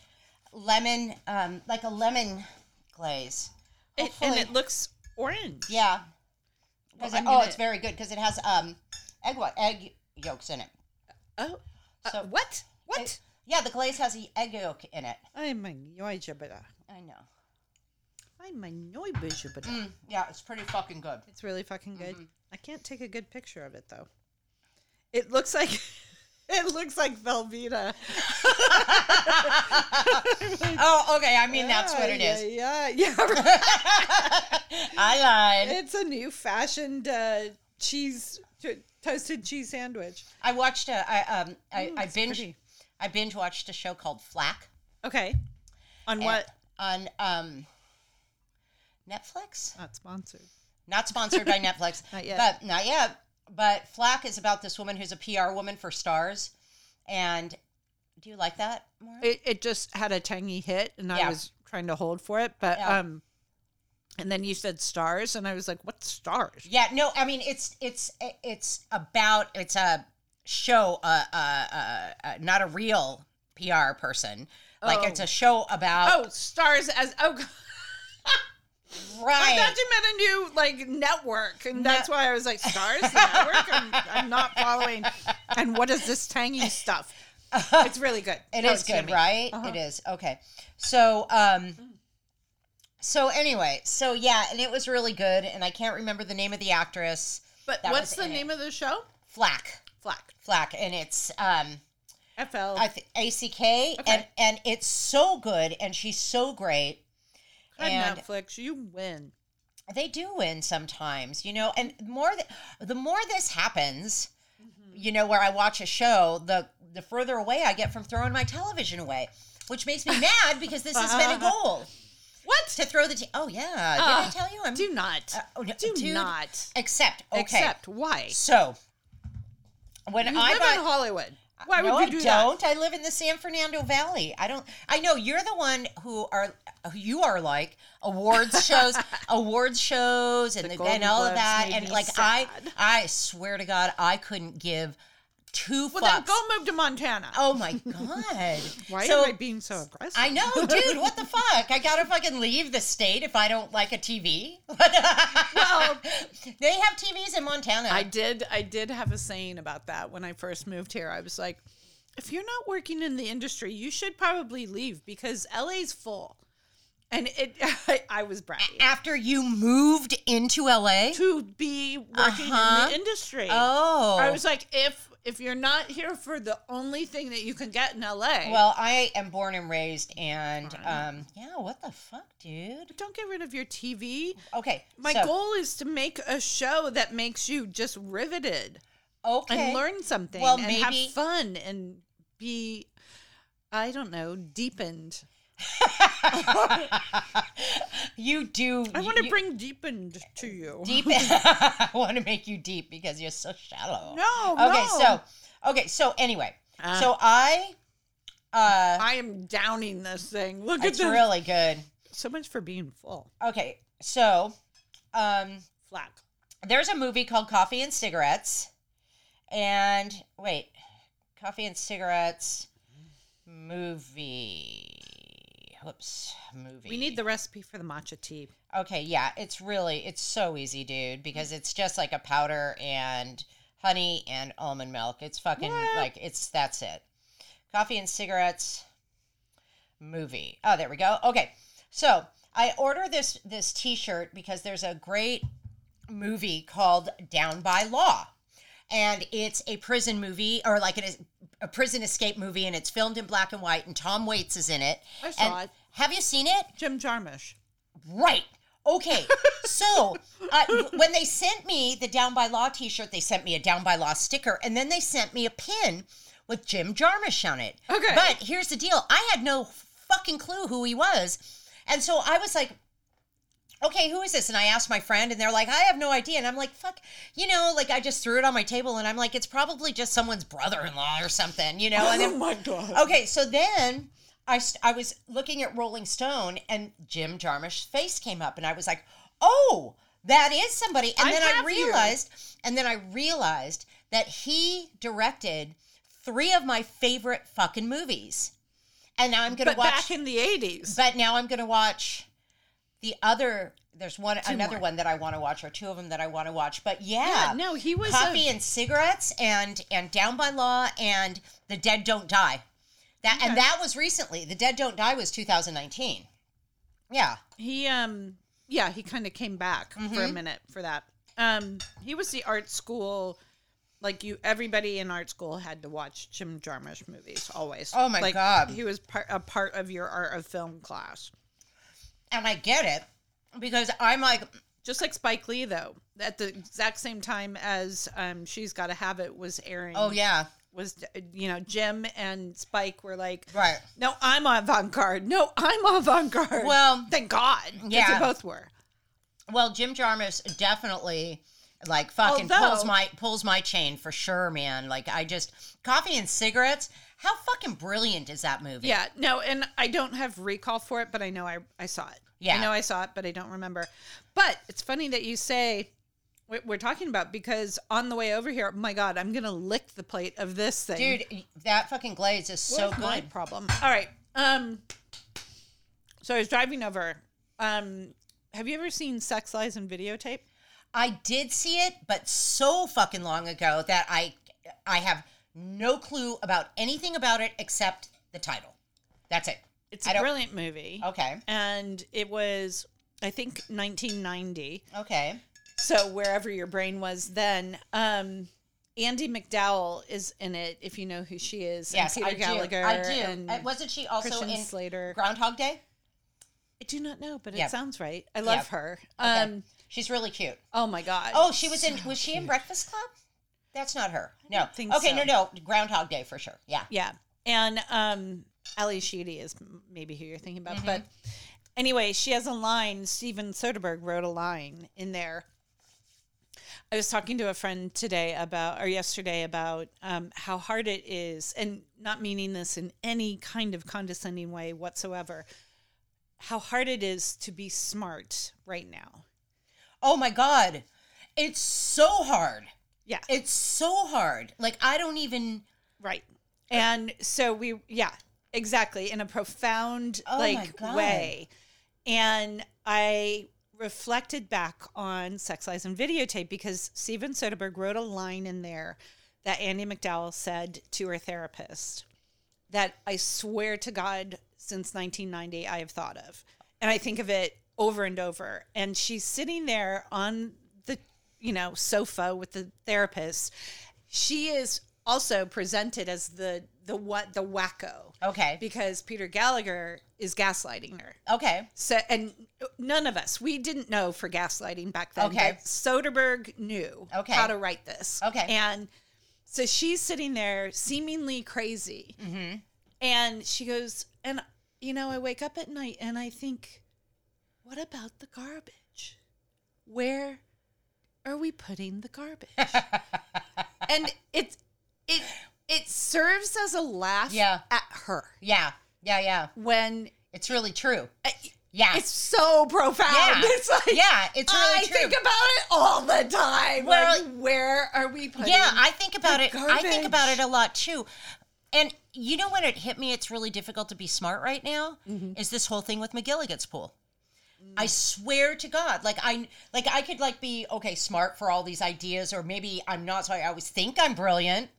Speaker 1: lemon, um, like a lemon glaze.
Speaker 2: It- and
Speaker 1: hopefully-
Speaker 2: it looks orange.
Speaker 1: Yeah. 'Cause
Speaker 2: Well,
Speaker 1: it-
Speaker 2: I'm
Speaker 1: oh,
Speaker 2: gonna-
Speaker 1: it's very good because it has um, egg wa- egg yolks in it.
Speaker 2: Oh. uh,
Speaker 1: So-
Speaker 2: what? What?
Speaker 1: It- yeah, the glaze has the egg yolk in it.
Speaker 2: I'm a Neubijabada.
Speaker 1: I know.
Speaker 2: I'm a Neubijabada.
Speaker 1: Yeah, it's pretty fucking good.
Speaker 2: It's really fucking good.
Speaker 1: Mm-hmm.
Speaker 2: I can't take a good picture of it though. It looks like (laughs) it looks like Velveeta.
Speaker 1: Oh, okay. I mean, that's what it
Speaker 2: Yeah,
Speaker 1: is.
Speaker 2: Yeah, yeah. (laughs) right.
Speaker 1: I lied.
Speaker 2: it's a new fashioned uh, cheese to- toasted cheese sandwich.
Speaker 1: I watched a. I um. I, I
Speaker 2: it's
Speaker 1: binge.
Speaker 2: Mm, pretty.
Speaker 1: I binge watched a show called Flack
Speaker 2: Okay.
Speaker 1: Eh.
Speaker 2: On what?
Speaker 1: on um. Netflix?
Speaker 2: Not sponsored.
Speaker 1: Not sponsored
Speaker 2: (laughs)
Speaker 1: by Netflix.
Speaker 2: Not yet.
Speaker 1: But not yet. But Flack is about this woman who's a PR woman for stars. And do you like that more?
Speaker 2: It, it just had a tangy hit, and I
Speaker 1: Yeah.
Speaker 2: was trying to hold for it, but
Speaker 1: Yeah.
Speaker 2: um, and then you said stars, and I was like, what stars?
Speaker 1: Yeah, no, I mean it's it's it's about it's a show, uh, uh, uh, uh not a real PR person. Like
Speaker 2: Oh.
Speaker 1: it's a show about
Speaker 2: Oh, stars as oh.
Speaker 1: (laughs)
Speaker 2: God. I
Speaker 1: right.
Speaker 2: thought you meant a new like network, and that's why I was
Speaker 1: (laughs)
Speaker 2: like stars the network. I'm, I'm not following. And what is this tangy stuff? It's really good.
Speaker 1: It
Speaker 2: Oh,
Speaker 1: is
Speaker 2: it's
Speaker 1: good,
Speaker 2: yummy.
Speaker 1: right? It is okay. So, um, so anyway, so yeah, and it was really good, and I can't remember the name of the actress.
Speaker 2: But
Speaker 1: That
Speaker 2: what's
Speaker 1: was
Speaker 2: the
Speaker 1: in it.
Speaker 2: name of the show?
Speaker 1: Flack,
Speaker 2: Flack.
Speaker 1: Flack, and it's um,
Speaker 2: FL.
Speaker 1: I th- ACK, and
Speaker 2: Okay.
Speaker 1: and it's so good, and she's so great.
Speaker 2: God,
Speaker 1: and-
Speaker 2: Netflix, you win.
Speaker 1: They do win sometimes, you know, and more th- the more this happens,
Speaker 2: Mm-hmm.
Speaker 1: you know, where I watch a show, the the further away I get from throwing my television away, which makes me mad because this has
Speaker 2: (laughs)
Speaker 1: been a goal.
Speaker 2: What?
Speaker 1: to throw the t- oh yeah did i
Speaker 2: Ah,
Speaker 1: tell you i'm
Speaker 2: Do not.
Speaker 1: oh, no,
Speaker 2: do
Speaker 1: dude.
Speaker 2: not.
Speaker 1: accept okay
Speaker 2: Accept. Why?
Speaker 1: so when
Speaker 2: You
Speaker 1: i
Speaker 2: live
Speaker 1: got
Speaker 2: in Hollywood. Why
Speaker 1: no,
Speaker 2: would you
Speaker 1: I
Speaker 2: do
Speaker 1: don't. I live in the San Fernando Valley. I don't. I know you're the one who are who you are like
Speaker 2: (laughs)
Speaker 1: awards shows, awards shows, and, the,
Speaker 2: Golden
Speaker 1: and all of
Speaker 2: Globes
Speaker 1: that.
Speaker 2: made
Speaker 1: And
Speaker 2: me
Speaker 1: like
Speaker 2: sad.
Speaker 1: I, I swear to God, I couldn't give two
Speaker 2: that? Well, then
Speaker 1: fucks.
Speaker 2: go move to Montana.
Speaker 1: oh my God!
Speaker 2: (laughs) Why
Speaker 1: so,
Speaker 2: am I being so aggressive?
Speaker 1: I know, dude. What
Speaker 2: (laughs)
Speaker 1: the fuck? I gotta fucking leave the state if I don't like a TV. (laughs)
Speaker 2: Well- (laughs)
Speaker 1: they have TVs in Montana.
Speaker 2: I did. I did have a saying about that when I first moved here. I was like, if you're not working in the industry, you should probably leave because LA's full. And it, (laughs) I, I was bratty
Speaker 1: After you moved into LA,
Speaker 2: to be working in the industry.
Speaker 1: Uh-huh. oh,
Speaker 2: I was like, if if you're not here for the only thing that you can get in LA,
Speaker 1: well, I am born and raised, and um, yeah. What the fuck, dude?
Speaker 2: don't get rid of your TV.
Speaker 1: Okay,
Speaker 2: My
Speaker 1: so-
Speaker 2: goal is to make a show that makes you just riveted.
Speaker 1: Okay,
Speaker 2: and learn something
Speaker 1: Well,
Speaker 2: and
Speaker 1: maybe-
Speaker 2: have fun and be i don't know deepened
Speaker 1: (laughs) you do.
Speaker 2: i want to bring deepened to you
Speaker 1: (laughs) deep. (laughs) I want to make you deep because you're so shallow.
Speaker 2: (laughs) no Ah.
Speaker 1: Okay,
Speaker 2: no.
Speaker 1: so okay, so anyway, so I. Uh,
Speaker 2: i am downing this thing look
Speaker 1: It's
Speaker 2: at this
Speaker 1: really good.
Speaker 2: so much for being full
Speaker 1: Okay, so um,
Speaker 2: flack
Speaker 1: there's a movie called Coffee and Cigarettes, and wait, Coffee and Cigarettes movie. Whoops, movie.
Speaker 2: we need the recipe for the matcha tea
Speaker 1: Okay, yeah, it's really it's so easy, dude,
Speaker 2: Mm.
Speaker 1: because it's just like a powder and honey and almond milk. It's fucking like it's that's it. Coffee and cigarettes movie. Oh, there we go. Okay. So, I order this this t-shirt because there's a great movie called Down by Law. And it's a prison movie or like it is a prison escape movie and it's filmed in black and white and Tom Waits is in it.
Speaker 2: I saw
Speaker 1: And-
Speaker 2: it.
Speaker 1: Have you seen it?
Speaker 2: jim jarmusch
Speaker 1: Right. Okay. So uh, w- when they sent me the Down by Law t shirt, they sent me a Down by Law sticker, and then they sent me a pin with Jim Jarmusch on it.
Speaker 2: Okay.
Speaker 1: But here's the deal I had no fucking clue who he was. And so I was like, okay, who is this? And I asked my friend, and they're like, I have no idea. And I'm like, fuck, you know, like I just threw it on my table, and I'm like, it's probably just someone's brother in law or something, you know? And then
Speaker 2: Oh my god
Speaker 1: Okay, so then I st- I was looking at Rolling Stone and Jim Jarmusch's face came up and I was like, "Oh, that is somebody." And
Speaker 2: I
Speaker 1: then I
Speaker 2: have you.
Speaker 1: realized and then I realized that he directed 3 of my favorite fucking movies. And now I'm going to
Speaker 2: but
Speaker 1: watch
Speaker 2: back in the 80s
Speaker 1: but now I'm going to watch the other there's one another
Speaker 2: more.
Speaker 1: one that I want to watch or two of them that I want to watch. But
Speaker 2: yeah, no he was
Speaker 1: coffee
Speaker 2: a,
Speaker 1: and cigarettes and and down by law and the dead don't die that and that was recently the dead don't die was 2019 yeah
Speaker 2: he um yeah he kind of came back for
Speaker 1: Mm-hmm.
Speaker 2: a minute for that um he was the art school like you everybody in art school had to watch jim jarmusch movies always
Speaker 1: Oh my
Speaker 2: Like,
Speaker 1: God.
Speaker 2: he was part, a part of your art of film class
Speaker 1: and i get it because i'm like
Speaker 2: just like spike lee though at the exact same time as um she's gotta have it was airing
Speaker 1: oh yeah
Speaker 2: was uh, you know jim and spike were like
Speaker 1: right
Speaker 2: no i'm avant-garde no i'm avant-garde
Speaker 1: Well-
Speaker 2: thank god
Speaker 1: Yeah.
Speaker 2: yeah they both were
Speaker 1: Well, Jim Jarmus definitely like fucking
Speaker 2: Although-
Speaker 1: pulls my pulls my chain for sure, man. Like I just coffee and cigarettes. How fucking brilliant is that movie?
Speaker 2: Yeah, no, and I don't have recall for it, but I know I, I saw it.
Speaker 1: Yeah.
Speaker 2: I know I saw it, but I don't remember. But it's funny that you say what we're talking about because on the way over here, my God, I'm going to lick the plate of this thing.
Speaker 1: dude, that fucking glaze is so
Speaker 2: What is
Speaker 1: good.
Speaker 2: My problem. All right. Um. So I was driving over. Um. Have you ever seen Sex Lies and Videotape?
Speaker 1: I did see it, but so fucking long ago that I I have no clue about anything about it except the title. That's it.
Speaker 2: It's
Speaker 1: I
Speaker 2: a
Speaker 1: don't-
Speaker 2: brilliant movie.
Speaker 1: Okay.
Speaker 2: And it was, I think, 1990.
Speaker 1: Okay.
Speaker 2: So wherever your brain was then. Um. Andy McDowell is in it, if you know who she is.
Speaker 1: Yes,
Speaker 2: and
Speaker 1: I
Speaker 2: Peter
Speaker 1: do.
Speaker 2: Gallagher.
Speaker 1: I do.
Speaker 2: And
Speaker 1: Uh, Wasn't she also
Speaker 2: Christian
Speaker 1: in
Speaker 2: Slater.
Speaker 1: Groundhog Day?
Speaker 2: I do not know, but
Speaker 1: Yeah.
Speaker 2: it sounds right. I love
Speaker 1: Yeah.
Speaker 2: her.
Speaker 1: Okay.
Speaker 2: Um.
Speaker 1: She's really cute.
Speaker 2: Oh my God.
Speaker 1: Oh, she was in. Was she in Breakfast Club? That's not her. No.
Speaker 2: don't think
Speaker 1: okay.
Speaker 2: so.
Speaker 1: No. No. Groundhog Day for sure. Yeah.
Speaker 2: Yeah. And um Ali Sheedy is m- maybe who you're thinking about. But anyway, she has a line. Steven Soderbergh wrote a line in there. I was talking to a friend today about, or yesterday about um, how hard it is, and not meaning this in any kind of condescending way whatsoever, how hard it is to be smart right now.
Speaker 1: Oh my God, it's so hard.
Speaker 2: Yeah.
Speaker 1: It's so hard. Like I don't even.
Speaker 2: Right.
Speaker 1: Uh,
Speaker 2: And so we, yeah, exactly, in a profound
Speaker 1: Oh my
Speaker 2: like
Speaker 1: God.
Speaker 2: way. And I reflected back on Sex Lies and Videotape because Steven Soderbergh wrote a line in there that Andy McDowell said to her therapist that I swear to God, since 1990, I have thought of. And I think of it over and over. And she's sitting there on the, you know, sofa with the therapist. She is also presented as the, the what, the wacko,
Speaker 1: Okay.
Speaker 2: because Peter Gallagher is gaslighting her.
Speaker 1: Okay.
Speaker 2: So, and uh, none of us, we didn't know for gaslighting back then.
Speaker 1: Okay.
Speaker 2: but Soderbergh knew
Speaker 1: Okay.
Speaker 2: how to write this.
Speaker 1: Okay.
Speaker 2: And so she's sitting there seemingly crazy.
Speaker 1: Mm-hmm.
Speaker 2: And she goes, and, you know, I wake up at night and I think, what about the garbage? Where are we putting the garbage?
Speaker 1: (laughs)
Speaker 2: and it's, it, it serves as a laugh
Speaker 1: Yeah.
Speaker 2: at her
Speaker 1: Yeah. Yeah. Yeah.
Speaker 2: when uh,
Speaker 1: It's really true. Yeah.
Speaker 2: it's so profound.
Speaker 1: Yeah.
Speaker 2: (laughs) It's like
Speaker 1: yeah, it's really
Speaker 2: I
Speaker 1: true.
Speaker 2: think about it all the time.
Speaker 1: Well-
Speaker 2: like, where are we putting?
Speaker 1: yeah, I think about it. I think
Speaker 2: garbage.
Speaker 1: about it a lot too. And you know when it hit me, it's really difficult to be smart right now.
Speaker 2: Mm-hmm.
Speaker 1: Is this whole thing with McGilligan's pool? I swear to God, like I like I could like be okay smart for all these ideas, or maybe I'm not. So I always think I'm brilliant.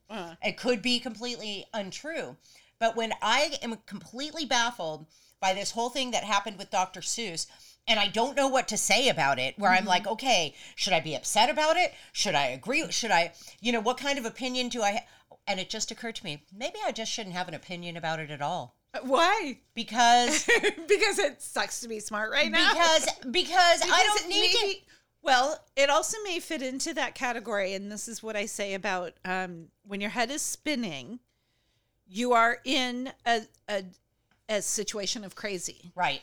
Speaker 1: It could be completely untrue. But when I am completely baffled by this whole thing that happened with Dr. Seuss, and I don't know what to say about it, where I'm like, okay, should I be upset about it? Should I agree? Should I, you know, what kind of opinion do I? Ha-? And it just occurred to me, maybe I just shouldn't have an opinion about it at all
Speaker 2: why? (laughs)
Speaker 1: because
Speaker 2: because it sucks to be smart right now.
Speaker 1: because because I
Speaker 2: Because
Speaker 1: don't
Speaker 2: it
Speaker 1: need
Speaker 2: may
Speaker 1: to.
Speaker 2: be- Well, it also may fit into that category, and this is what I say about um, when your head is spinning, you are in a, a a situation of crazy,
Speaker 1: Right.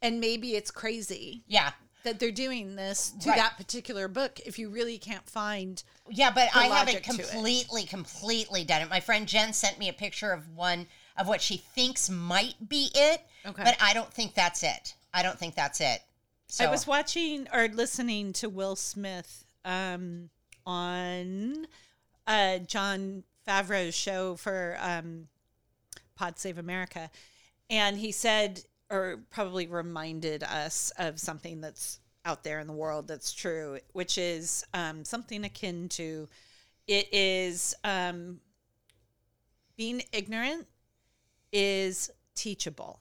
Speaker 2: and maybe it's crazy
Speaker 1: Yeah.
Speaker 2: that they're doing this to
Speaker 1: Right.
Speaker 2: that particular book. If you really can't find
Speaker 1: Yeah, but I haven't
Speaker 2: logic to it.
Speaker 1: completely, completely done it. My friend Jen sent me a picture of one of what she thinks might be it.
Speaker 2: Okay.
Speaker 1: But I don't think that's it. I don't think that's it. So
Speaker 2: I was watching or listening to Will Smith um, on uh, John Favreau's show for um, Pod Save America, and he said, or probably reminded us of something that's out there in the world that's true, which is um, something akin to it is um, being ignorant is teachable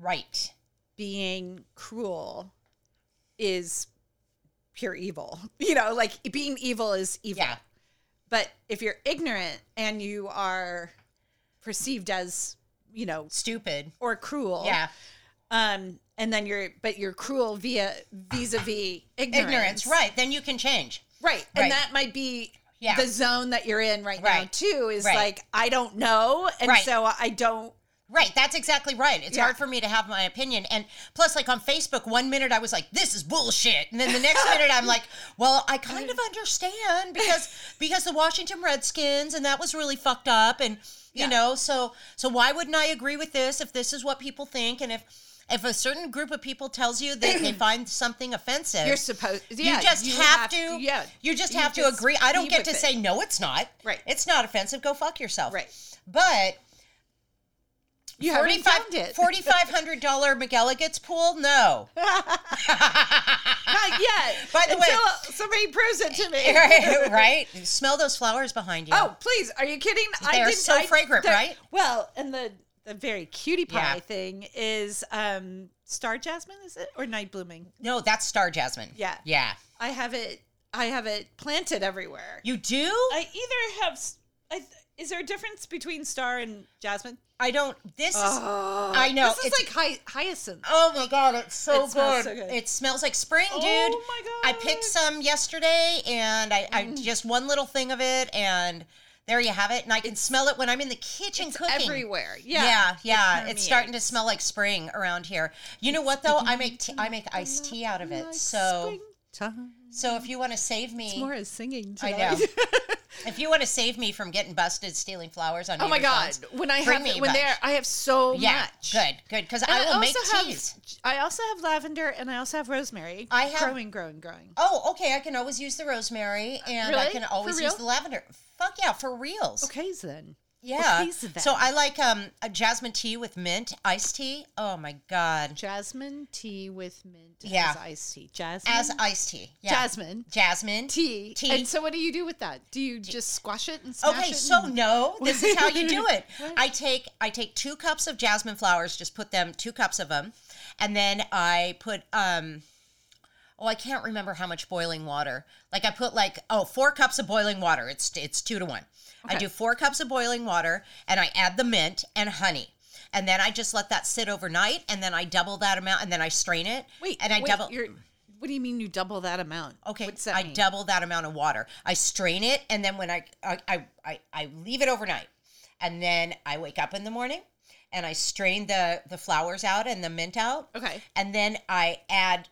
Speaker 1: right.
Speaker 2: being cruel is pure evil. (laughs) You know, like being evil is evil.
Speaker 1: Yeah.
Speaker 2: But if you're ignorant and you are perceived as, you know,
Speaker 1: Stupid.
Speaker 2: or cruel,
Speaker 1: Yeah.
Speaker 2: um, and then you're but you're cruel via
Speaker 1: (coughs)
Speaker 2: vis-a-vis ignorance.
Speaker 1: Ignorance. Right. Then you can change.
Speaker 2: Right. And
Speaker 1: Right.
Speaker 2: that might be
Speaker 1: Yeah.
Speaker 2: the zone that you're in right, now
Speaker 1: Right.
Speaker 2: too is
Speaker 1: Right.
Speaker 2: like I don't know and
Speaker 1: Right.
Speaker 2: so I don't
Speaker 1: Right, that's exactly right. It's
Speaker 2: Yeah.
Speaker 1: hard for me to have my opinion. And plus, like on Facebook, one minute I was like, this is bullshit. And then the
Speaker 2: (laughs)
Speaker 1: next minute I'm like, well, I kind of understand because because the Washington Redskins and that was really fucked up. And you
Speaker 2: Yeah.
Speaker 1: know, so so why wouldn't I agree with this if this is what people think? And if if a certain group of people tells you that
Speaker 2: (clears throat)
Speaker 1: they find something offensive,
Speaker 2: You're supposed.
Speaker 1: you
Speaker 2: Yeah,
Speaker 1: just have, to.
Speaker 2: Yeah,
Speaker 1: You just
Speaker 2: you
Speaker 1: have to
Speaker 2: just
Speaker 1: agree. I don't
Speaker 2: be
Speaker 1: get
Speaker 2: with
Speaker 1: to
Speaker 2: it.
Speaker 1: say no. It's not.
Speaker 2: Right.
Speaker 1: It's not offensive. Go fuck yourself.
Speaker 2: Right.
Speaker 1: But
Speaker 2: You
Speaker 1: forty
Speaker 2: haven't
Speaker 1: five
Speaker 2: found it. (laughs)
Speaker 1: forty five hundred dollar McGilligan's pool. No. (laughs)
Speaker 2: Not yet.
Speaker 1: By the way-
Speaker 2: Until somebody proves it to
Speaker 1: (laughs)
Speaker 2: me.
Speaker 1: right. right? Smell those flowers behind you.
Speaker 2: Oh, please! Are you kidding?
Speaker 1: They are so fragrant,
Speaker 2: they're-
Speaker 1: right?
Speaker 2: Well, and the the very cutie pie
Speaker 1: Yeah.
Speaker 2: thing is um star jasmine, is it or night blooming?
Speaker 1: no, that's star jasmine.
Speaker 2: Yeah.
Speaker 1: Yeah.
Speaker 2: I have it. I have it planted everywhere.
Speaker 1: You do?
Speaker 2: I either have. s- I, th- is there a difference between star and jasmine?
Speaker 1: I don't. This is.
Speaker 2: Oh,
Speaker 1: I know,
Speaker 2: This is
Speaker 1: it's-
Speaker 2: like hy- hyacinth.
Speaker 1: Oh my god, it's so,
Speaker 2: It
Speaker 1: good.
Speaker 2: smells so good.
Speaker 1: It smells like spring, dude.
Speaker 2: Oh my
Speaker 1: I
Speaker 2: god! Mm.
Speaker 1: picked some yesterday, and I, I just one little thing of it, and there you have it. And I can smell it when I'm in the kitchen
Speaker 2: It's
Speaker 1: cooking.
Speaker 2: everywhere. Yeah,
Speaker 1: Yeah, yeah,
Speaker 2: It
Speaker 1: it's starting to
Speaker 2: permeates.
Speaker 1: smell like spring around here. You know what though? I make tea, I make iced tea out of it.
Speaker 2: Like
Speaker 1: So
Speaker 2: springtime.
Speaker 1: so if you want to save me,
Speaker 2: More is singing
Speaker 1: I
Speaker 2: tonight.
Speaker 1: know.
Speaker 2: (laughs)
Speaker 1: if you want to save me from getting busted stealing flowers on
Speaker 2: oh my
Speaker 1: neighbors'
Speaker 2: god!
Speaker 1: lawns,
Speaker 2: When I
Speaker 1: bring
Speaker 2: have
Speaker 1: me
Speaker 2: it,
Speaker 1: a
Speaker 2: when
Speaker 1: bunch.
Speaker 2: there, I have so
Speaker 1: yeah,
Speaker 2: much.
Speaker 1: good, good, because
Speaker 2: And
Speaker 1: I will make
Speaker 2: also
Speaker 1: teas.
Speaker 2: Have, I also have lavender and I also have rosemary.
Speaker 1: I have-
Speaker 2: growing, growing, growing.
Speaker 1: Oh, okay. I can always use the rosemary, and I
Speaker 2: really?
Speaker 1: can
Speaker 2: For
Speaker 1: always use
Speaker 2: real?
Speaker 1: the lavender. Fuck yeah, for reals.
Speaker 2: Okay then.
Speaker 1: Yeah.
Speaker 2: please then.
Speaker 1: So I like um a jasmine tea with mint iced tea. Oh my god,
Speaker 2: Jasmine tea with mint
Speaker 1: Yeah.
Speaker 2: as iced tea. Jasmine.
Speaker 1: as iced tea. Yeah.
Speaker 2: Jasmine
Speaker 1: Jasmine
Speaker 2: tea.
Speaker 1: Tea.
Speaker 2: And so, what do you do with that? Do you just squash it and smash
Speaker 1: Okay,
Speaker 2: it?
Speaker 1: so
Speaker 2: and-
Speaker 1: no, this is how you
Speaker 2: (laughs)
Speaker 1: do it.
Speaker 2: What?
Speaker 1: I take I take two cups of jasmine flowers, just put them two cups of them, and then I put um oh I can't remember how much boiling water. Like I put like oh four cups of boiling water. It's it's two to one. I
Speaker 2: Okay.
Speaker 1: do four cups of boiling water, and I add the mint and honey. And then I just let that sit overnight, and then I double that amount, and then I strain it.
Speaker 2: wait,
Speaker 1: and I
Speaker 2: wait,
Speaker 1: double.
Speaker 2: You're, what do you mean you double that amount?
Speaker 1: Okay,
Speaker 2: What's that
Speaker 1: I
Speaker 2: mean?
Speaker 1: double that amount of water. I strain it, and then when I I, I I I leave it overnight, and then I wake up in the morning, and I strain the the flowers out and the mint out,
Speaker 2: Okay.
Speaker 1: and then I add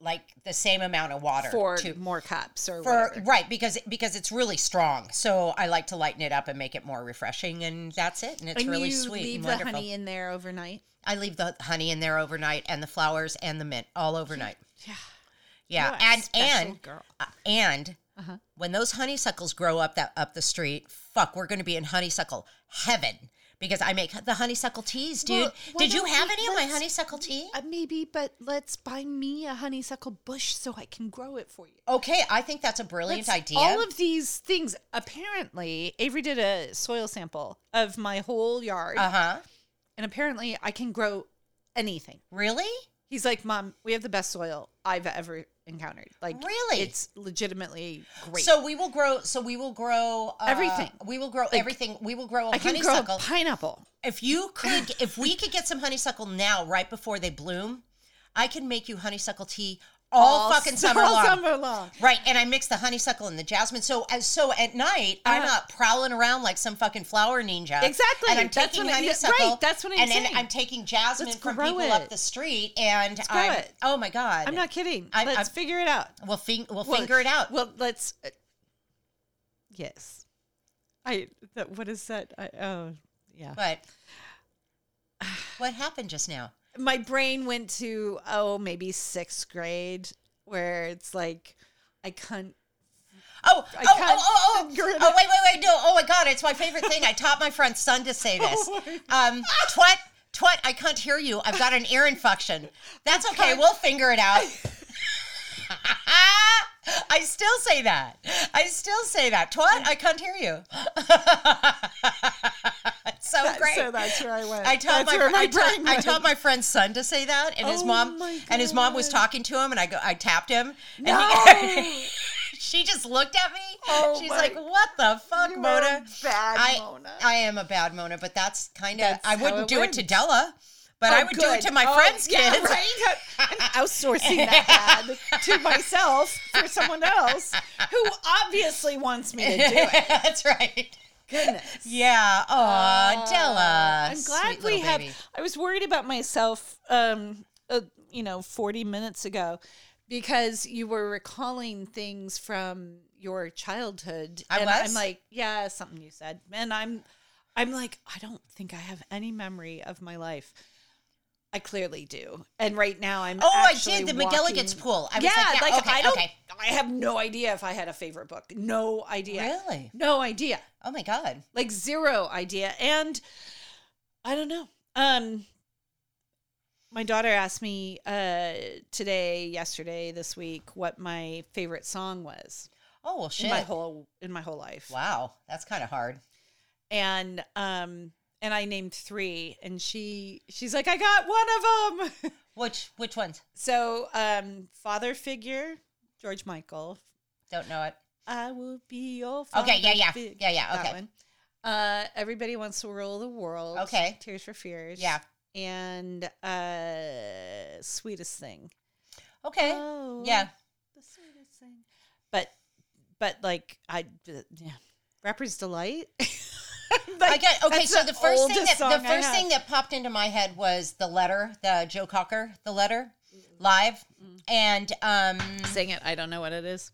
Speaker 1: like the same amount of water
Speaker 2: Four
Speaker 1: to
Speaker 2: more cups or
Speaker 1: for
Speaker 2: whatever.
Speaker 1: right because because it's really strong. So I like to lighten it up and make it more refreshing, and that's it. And it's
Speaker 2: and
Speaker 1: really
Speaker 2: you
Speaker 1: sweet
Speaker 2: leave
Speaker 1: and
Speaker 2: the
Speaker 1: wonderful.
Speaker 2: honey in there overnight.
Speaker 1: I leave the honey in there overnight, and the flowers and the mint all overnight.
Speaker 2: Yeah.
Speaker 1: Yeah,
Speaker 2: You are a
Speaker 1: and
Speaker 2: special
Speaker 1: and
Speaker 2: girl.
Speaker 1: uh, and
Speaker 2: Uh-huh.
Speaker 1: when those honeysuckles grow up that up the street, fuck, we're going to be in honeysuckle heaven because I make the honeysuckle teas, dude.
Speaker 2: Well, why
Speaker 1: Did you
Speaker 2: don't
Speaker 1: have
Speaker 2: we-
Speaker 1: any of my
Speaker 2: let's-
Speaker 1: honeysuckle tea?
Speaker 2: Uh, maybe, but let's buy me a honeysuckle bush so I can grow it for you.
Speaker 1: Okay, I think that's a brilliant
Speaker 2: Let's-
Speaker 1: idea.
Speaker 2: All of these things. Apparently, Avery did a soil sample of my whole yard,
Speaker 1: uh huh.
Speaker 2: and apparently, I can grow anything.
Speaker 1: Really?
Speaker 2: He's like, "Mom, we have the best soil I've ever encountered. Like,
Speaker 1: Really?
Speaker 2: it's legitimately great.
Speaker 1: So we will grow. So we will grow uh,
Speaker 2: Everything.
Speaker 1: We will grow everything. We will grow a
Speaker 2: I can grow
Speaker 1: honeysuckle.
Speaker 2: a pineapple.
Speaker 1: if
Speaker 2: (laughs)
Speaker 1: you could, if we could get some honeysuckle now, right before they bloom, I can make you honeysuckle tea all, fucking
Speaker 2: s-
Speaker 1: summer
Speaker 2: (laughs) all
Speaker 1: long.
Speaker 2: summer long.
Speaker 1: Right, and I mix the honeysuckle and the jasmine. So as so at night, I'm
Speaker 2: Uh-huh.
Speaker 1: not prowling around like some fucking flower ninja.
Speaker 2: Exactly.
Speaker 1: And I'm
Speaker 2: That's
Speaker 1: taking
Speaker 2: what I- yeah,
Speaker 1: honeysuckle.
Speaker 2: right, that's what I'm
Speaker 1: and
Speaker 2: saying.
Speaker 1: then I'm taking jasmine
Speaker 2: Let's
Speaker 1: from
Speaker 2: grow
Speaker 1: people
Speaker 2: it.
Speaker 1: up the street, and
Speaker 2: grow
Speaker 1: I'm
Speaker 2: it.
Speaker 1: oh my god,
Speaker 2: I'm not kidding.
Speaker 1: I-
Speaker 2: let's
Speaker 1: I-
Speaker 2: figure it out.
Speaker 1: We'll, fing- we'll
Speaker 2: Well,
Speaker 1: figure it out.
Speaker 2: Well, let's. uh, yes, I. That, what is that? I, oh, yeah. (sighs)
Speaker 1: but what happened just now?
Speaker 2: my brain went to oh maybe sixth grade where it's like I can't.
Speaker 1: Oh, oh, oh,
Speaker 2: can't
Speaker 1: oh,
Speaker 2: figure
Speaker 1: oh,
Speaker 2: it
Speaker 1: oh, wait, wait, wait, no. Oh my God, it's my favorite thing. I taught my friend's son to
Speaker 2: (laughs)
Speaker 1: say
Speaker 2: Oh
Speaker 1: this. Um, twat, twat, I can't hear you. I've got an ear infection. That's okay. We'll finger it
Speaker 2: (laughs)
Speaker 1: out. I still say that. I still say that. Twat, I can't hear you. (laughs) It's so great.
Speaker 2: So that's where I went.
Speaker 1: (laughs) I taught
Speaker 2: That's
Speaker 1: my,
Speaker 2: where
Speaker 1: I, taught,
Speaker 2: brain
Speaker 1: I
Speaker 2: went. (laughs)
Speaker 1: taught my friend's son to say that, and his
Speaker 2: Oh
Speaker 1: mom
Speaker 2: my
Speaker 1: and his mom was
Speaker 2: God.
Speaker 1: talking to him, and I go I tapped him, (laughs) and
Speaker 2: No!
Speaker 1: he, she just looked at me.
Speaker 2: Oh
Speaker 1: She's
Speaker 2: my-
Speaker 1: like, "What the fuck,
Speaker 2: You are
Speaker 1: Mona?"
Speaker 2: a Bad
Speaker 1: I
Speaker 2: Mona.
Speaker 1: I am a bad Mona, but that's kind of
Speaker 2: That's
Speaker 1: I
Speaker 2: how
Speaker 1: wouldn't
Speaker 2: it
Speaker 1: do it to
Speaker 2: went.
Speaker 1: Della, but I
Speaker 2: Oh,
Speaker 1: would do it
Speaker 2: good.
Speaker 1: to my
Speaker 2: Oh,
Speaker 1: friends'
Speaker 2: yeah,
Speaker 1: kids. (laughs)
Speaker 2: right? I'm outsourcing that bad to
Speaker 1: (laughs)
Speaker 2: myself for someone else who obviously wants me to do it.
Speaker 1: that's right.
Speaker 2: goodness.
Speaker 1: Yeah. Oh, Della.
Speaker 2: I'm glad
Speaker 1: Sweet
Speaker 2: we
Speaker 1: little
Speaker 2: have.
Speaker 1: baby.
Speaker 2: I was worried about myself, um, uh, you know, 40 minutes ago because you were recalling things from your childhood.
Speaker 1: I
Speaker 2: and
Speaker 1: was?
Speaker 2: I'm like, yeah, something you said. And I'm, I'm like, I don't think I have any memory of my life. I clearly do. And right now I'm.
Speaker 1: Oh, I
Speaker 2: actually
Speaker 1: did the
Speaker 2: walking-
Speaker 1: McGilligan's pool. I was
Speaker 2: yeah,
Speaker 1: like, yeah, okay,
Speaker 2: I don't.
Speaker 1: okay.
Speaker 2: I have no idea if I had a favorite book. No idea.
Speaker 1: Really?
Speaker 2: No idea
Speaker 1: Oh my God.
Speaker 2: like zero idea and i don't know um my daughter asked me uh today yesterday this week what my favorite song was
Speaker 1: Oh well,
Speaker 2: in my
Speaker 1: shit.
Speaker 2: whole in my whole life
Speaker 1: Wow, that's kind of hard.
Speaker 2: and um and i named three and she she's like i got one of them
Speaker 1: Which which ones?
Speaker 2: (laughs) so um father figure george michael
Speaker 1: Don't know it.
Speaker 2: I will be your father.
Speaker 1: Okay, yeah, yeah.
Speaker 2: fig-
Speaker 1: Yeah, yeah,
Speaker 2: that
Speaker 1: okay.
Speaker 2: one. Uh, everybody wants to rule the world.
Speaker 1: Okay.
Speaker 2: Tears for Fears.
Speaker 1: Yeah.
Speaker 2: And uh, sweetest thing.
Speaker 1: Okay.
Speaker 2: Oh,
Speaker 1: Eh. yeah.
Speaker 2: The sweetest thing. But, but like I, uh, yeah. Rapper's delight. (laughs)
Speaker 1: I get okay.
Speaker 2: that's
Speaker 1: So
Speaker 2: the
Speaker 1: the first thing that
Speaker 2: oldest song
Speaker 1: the
Speaker 2: I
Speaker 1: first
Speaker 2: have.
Speaker 1: thing that popped into my head was the letter, the Joe Cocker, the letter, live, and um
Speaker 2: Sing it. I don't know what it is.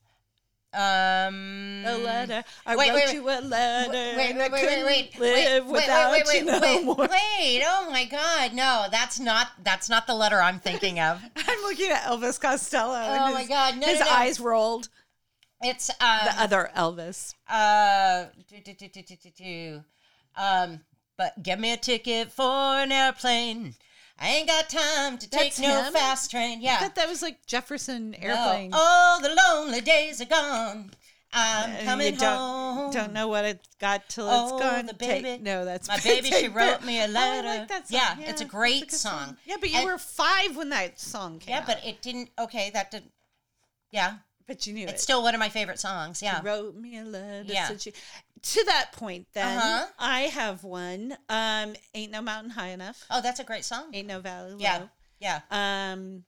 Speaker 1: um
Speaker 2: A letter. I
Speaker 1: Wait,
Speaker 2: wrote
Speaker 1: wait,
Speaker 2: you a letter.
Speaker 1: Wait, wait,
Speaker 2: and
Speaker 1: wait,
Speaker 2: I
Speaker 1: wait,
Speaker 2: couldn't
Speaker 1: wait, wait,
Speaker 2: live
Speaker 1: wait,
Speaker 2: without
Speaker 1: wait, wait,
Speaker 2: you no
Speaker 1: wait,
Speaker 2: more.
Speaker 1: wait! Oh my God, no, that's not that's not the letter I'm thinking
Speaker 2: (laughs)
Speaker 1: of.
Speaker 2: I'm looking at Elvis Costello. and
Speaker 1: Oh my
Speaker 2: his-
Speaker 1: God, no,
Speaker 2: His
Speaker 1: no, no.
Speaker 2: eyes rolled.
Speaker 1: It's um,
Speaker 2: The other Elvis.
Speaker 1: Uh, do, do, do, do, do, do, do. Um, but get me a ticket for an airplane. I ain't got time to
Speaker 2: That's
Speaker 1: take no
Speaker 2: him?
Speaker 1: fast train. Yeah.
Speaker 2: I thought that was like Jefferson
Speaker 1: No.
Speaker 2: Airplane.
Speaker 1: Oh, All the lonely days are gone. I'm
Speaker 2: And
Speaker 1: coming
Speaker 2: you don't,
Speaker 1: home.
Speaker 2: Don't know what it got till
Speaker 1: Oh,
Speaker 2: it's gone.
Speaker 1: the
Speaker 2: Take-
Speaker 1: baby-
Speaker 2: no, that's (laughs)
Speaker 1: My baby, she
Speaker 2: Take That.
Speaker 1: wrote me a
Speaker 2: Oh, I like
Speaker 1: letter.
Speaker 2: that song.
Speaker 1: Yeah, it's a
Speaker 2: that's
Speaker 1: great
Speaker 2: good
Speaker 1: song.
Speaker 2: Yeah, but you
Speaker 1: And-
Speaker 2: were five when that song came.
Speaker 1: Yeah,
Speaker 2: out.
Speaker 1: but it didn't. Okay, that didn't. Yeah,
Speaker 2: but you knew
Speaker 1: it's
Speaker 2: it.
Speaker 1: still one of my favorite songs. Yeah.
Speaker 2: She wrote me a letter.
Speaker 1: Yeah.
Speaker 2: said she- to that point, then
Speaker 1: Uh-huh.
Speaker 2: I have one. Um, ain't no mountain high enough.
Speaker 1: Oh, that's a great song.
Speaker 2: Ain't no valley low.
Speaker 1: Yeah. Yeah.
Speaker 2: Um,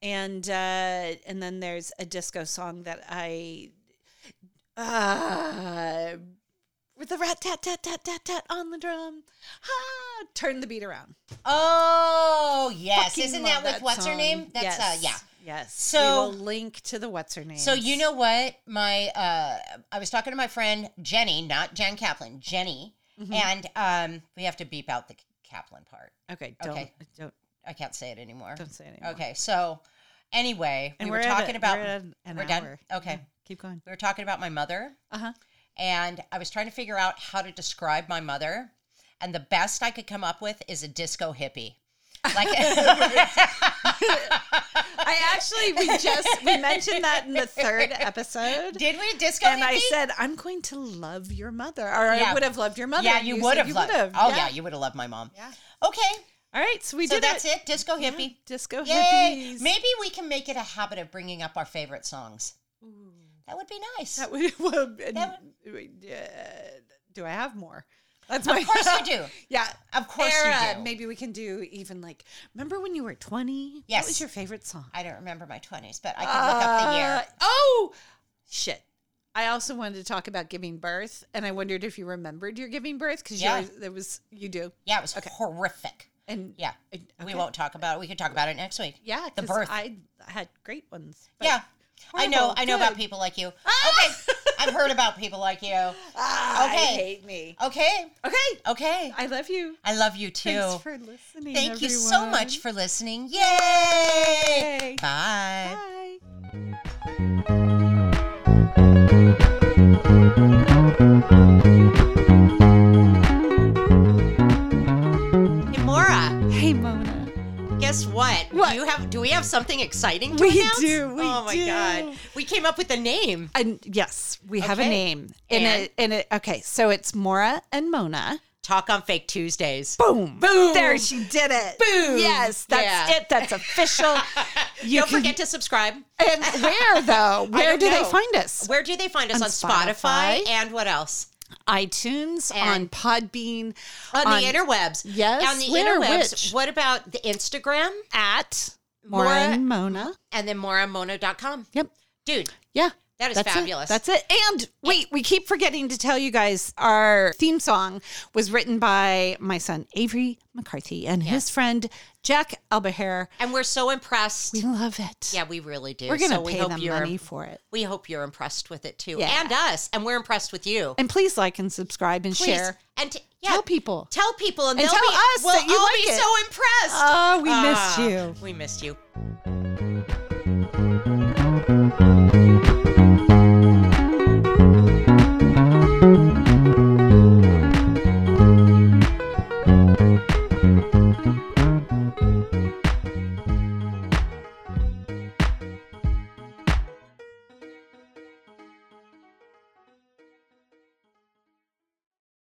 Speaker 2: and uh, and then there's a disco song that I, uh, with the rat tat tat tat tat tat on the drum, ah, turn the beat around.
Speaker 1: Oh, yes.
Speaker 2: Fucking
Speaker 1: Isn't that
Speaker 2: love
Speaker 1: with what's her
Speaker 2: song.
Speaker 1: name? That's
Speaker 2: yes.
Speaker 1: uh yeah.
Speaker 2: Yes.
Speaker 1: So-
Speaker 2: we will link to the what's her name.
Speaker 1: So you know what? My uh I was talking to my friend Jenny, not Jan Kaplan, Jenny,
Speaker 2: Mm-hmm.
Speaker 1: and um we have to beep out the Kaplan part.
Speaker 2: Okay. Don't
Speaker 1: Okay.
Speaker 2: don't
Speaker 1: I can't say it anymore.
Speaker 2: don't say anything.
Speaker 1: Okay. So anyway,
Speaker 2: And
Speaker 1: we were
Speaker 2: at
Speaker 1: talking
Speaker 2: a-
Speaker 1: about
Speaker 2: we're at an
Speaker 1: we're done?
Speaker 2: hour.
Speaker 1: Okay. Uh-huh.
Speaker 2: Yeah, Keep going.
Speaker 1: we were talking about my mother
Speaker 2: Uh huh.
Speaker 1: and I was trying to figure out how to describe my mother and the best I could come up with is a disco hippie.
Speaker 2: (laughs)
Speaker 1: Like (laughs)
Speaker 2: I actually we just we mentioned that in
Speaker 1: (laughs)
Speaker 2: the third episode.
Speaker 1: Did we disco
Speaker 2: and
Speaker 1: hippie?
Speaker 2: I said, I'm going to love your mother. Or I
Speaker 1: Yeah.
Speaker 2: would have loved your mother.
Speaker 1: yeah,
Speaker 2: And
Speaker 1: you,
Speaker 2: said
Speaker 1: would have loved.
Speaker 2: would've.
Speaker 1: Oh yeah, you would have loved my mom.
Speaker 2: Yeah.
Speaker 1: Okay.
Speaker 2: All right. So we
Speaker 1: so
Speaker 2: did
Speaker 1: that's it. Disco
Speaker 2: Yeah,
Speaker 1: hippie.
Speaker 2: Disco
Speaker 1: Yay!
Speaker 2: hippies.
Speaker 1: Maybe we can make it a habit of bringing up our favorite songs. That would be nice.
Speaker 2: That (laughs) would, well, and,
Speaker 1: That
Speaker 2: uh, do I have more? That's my
Speaker 1: of course
Speaker 2: (laughs)
Speaker 1: you do.
Speaker 2: Yeah.
Speaker 1: Of course
Speaker 2: Era.
Speaker 1: you do.
Speaker 2: Maybe we can do even like remember when you were 20?
Speaker 1: Yes.
Speaker 2: What was your favorite song?
Speaker 1: I don't remember my twenties, but I can look up the year.
Speaker 2: Uh, Oh, shit. I also wanted to talk about giving birth, and I wondered if you remembered your giving birth because
Speaker 1: Yeah.
Speaker 2: there was you do,
Speaker 1: Yeah, it was horrific.
Speaker 2: and
Speaker 1: Yeah,
Speaker 2: It-
Speaker 1: we
Speaker 2: okay.
Speaker 1: won't talk about it. We could talk about it next week.
Speaker 2: Yeah,
Speaker 1: the
Speaker 2: 'cause
Speaker 1: birth.
Speaker 2: I had great ones. but-
Speaker 1: yeah, I know.
Speaker 2: horrible,
Speaker 1: I know about
Speaker 2: good.
Speaker 1: people like you. Okay,
Speaker 2: (laughs)
Speaker 1: I've heard about people like you.
Speaker 2: Ah,
Speaker 1: Okay.
Speaker 2: I hate me.
Speaker 1: Okay,
Speaker 2: Okay.
Speaker 1: okay.
Speaker 2: I love you.
Speaker 1: I love you too.
Speaker 2: Thanks for listening.
Speaker 1: Thank you so much
Speaker 2: everyone.
Speaker 1: for listening. Yay!
Speaker 2: Okay.
Speaker 1: Bye.
Speaker 2: Bye.
Speaker 1: Hey, Maura,
Speaker 2: Hey, Mona.
Speaker 1: guess what?
Speaker 2: What?
Speaker 1: Do you have? Do we have something exciting to
Speaker 2: We
Speaker 1: announce?
Speaker 2: do, we
Speaker 1: oh my
Speaker 2: do.
Speaker 1: god, we came up with a name.
Speaker 2: And yes, we have a
Speaker 1: Okay.
Speaker 2: name. And,
Speaker 1: And?
Speaker 2: it, and it, okay, so it's Mora and Mona.
Speaker 1: Talk on Fake Tuesdays.
Speaker 2: Boom.
Speaker 1: Boom.
Speaker 2: There she did it.
Speaker 1: Boom.
Speaker 2: Yes, that's
Speaker 1: Yeah.
Speaker 2: it.
Speaker 1: (laughs)
Speaker 2: That's official. You
Speaker 1: Don't
Speaker 2: can-
Speaker 1: forget to subscribe.
Speaker 2: And
Speaker 1: (laughs)
Speaker 2: where though? Where
Speaker 1: don't
Speaker 2: do they
Speaker 1: know.
Speaker 2: find us?
Speaker 1: Where do they find us
Speaker 2: On
Speaker 1: on, Spotify.
Speaker 2: Spotify.
Speaker 1: and what else?
Speaker 2: iTunes, on
Speaker 1: And-
Speaker 2: Podbean,
Speaker 1: On, the interwebs.
Speaker 2: Yes,
Speaker 1: On the
Speaker 2: where,
Speaker 1: interwebs.
Speaker 2: which?
Speaker 1: What about the Instagram?
Speaker 2: at Mora and Mona.
Speaker 1: And then moramona.com.
Speaker 2: Yep.
Speaker 1: Dude,
Speaker 2: Yeah.
Speaker 1: That is
Speaker 2: That's
Speaker 1: fabulous.
Speaker 2: It. That's it. And wait, we keep forgetting to tell you guys our theme song was written by my son Avery McCarthy and his friend Jack Albaher.
Speaker 1: and we're so impressed.
Speaker 2: We love it.
Speaker 1: yeah, we really do.
Speaker 2: We're gonna
Speaker 1: so we
Speaker 2: pay
Speaker 1: hope
Speaker 2: them
Speaker 1: you're
Speaker 2: money for it.
Speaker 1: we hope you're impressed with it too.
Speaker 2: Yeah.
Speaker 1: And us. And we're impressed with you.
Speaker 2: And please like and subscribe and
Speaker 1: Please.
Speaker 2: share.
Speaker 1: And t- yeah,
Speaker 2: Tell people.
Speaker 1: Tell people and,
Speaker 2: And
Speaker 1: they'll
Speaker 2: tell
Speaker 1: be,
Speaker 2: us
Speaker 1: we'll
Speaker 2: that you
Speaker 1: all
Speaker 2: like
Speaker 1: be
Speaker 2: it.
Speaker 1: so impressed.
Speaker 2: Oh, we missed
Speaker 1: Ah,
Speaker 2: you.
Speaker 1: We missed you.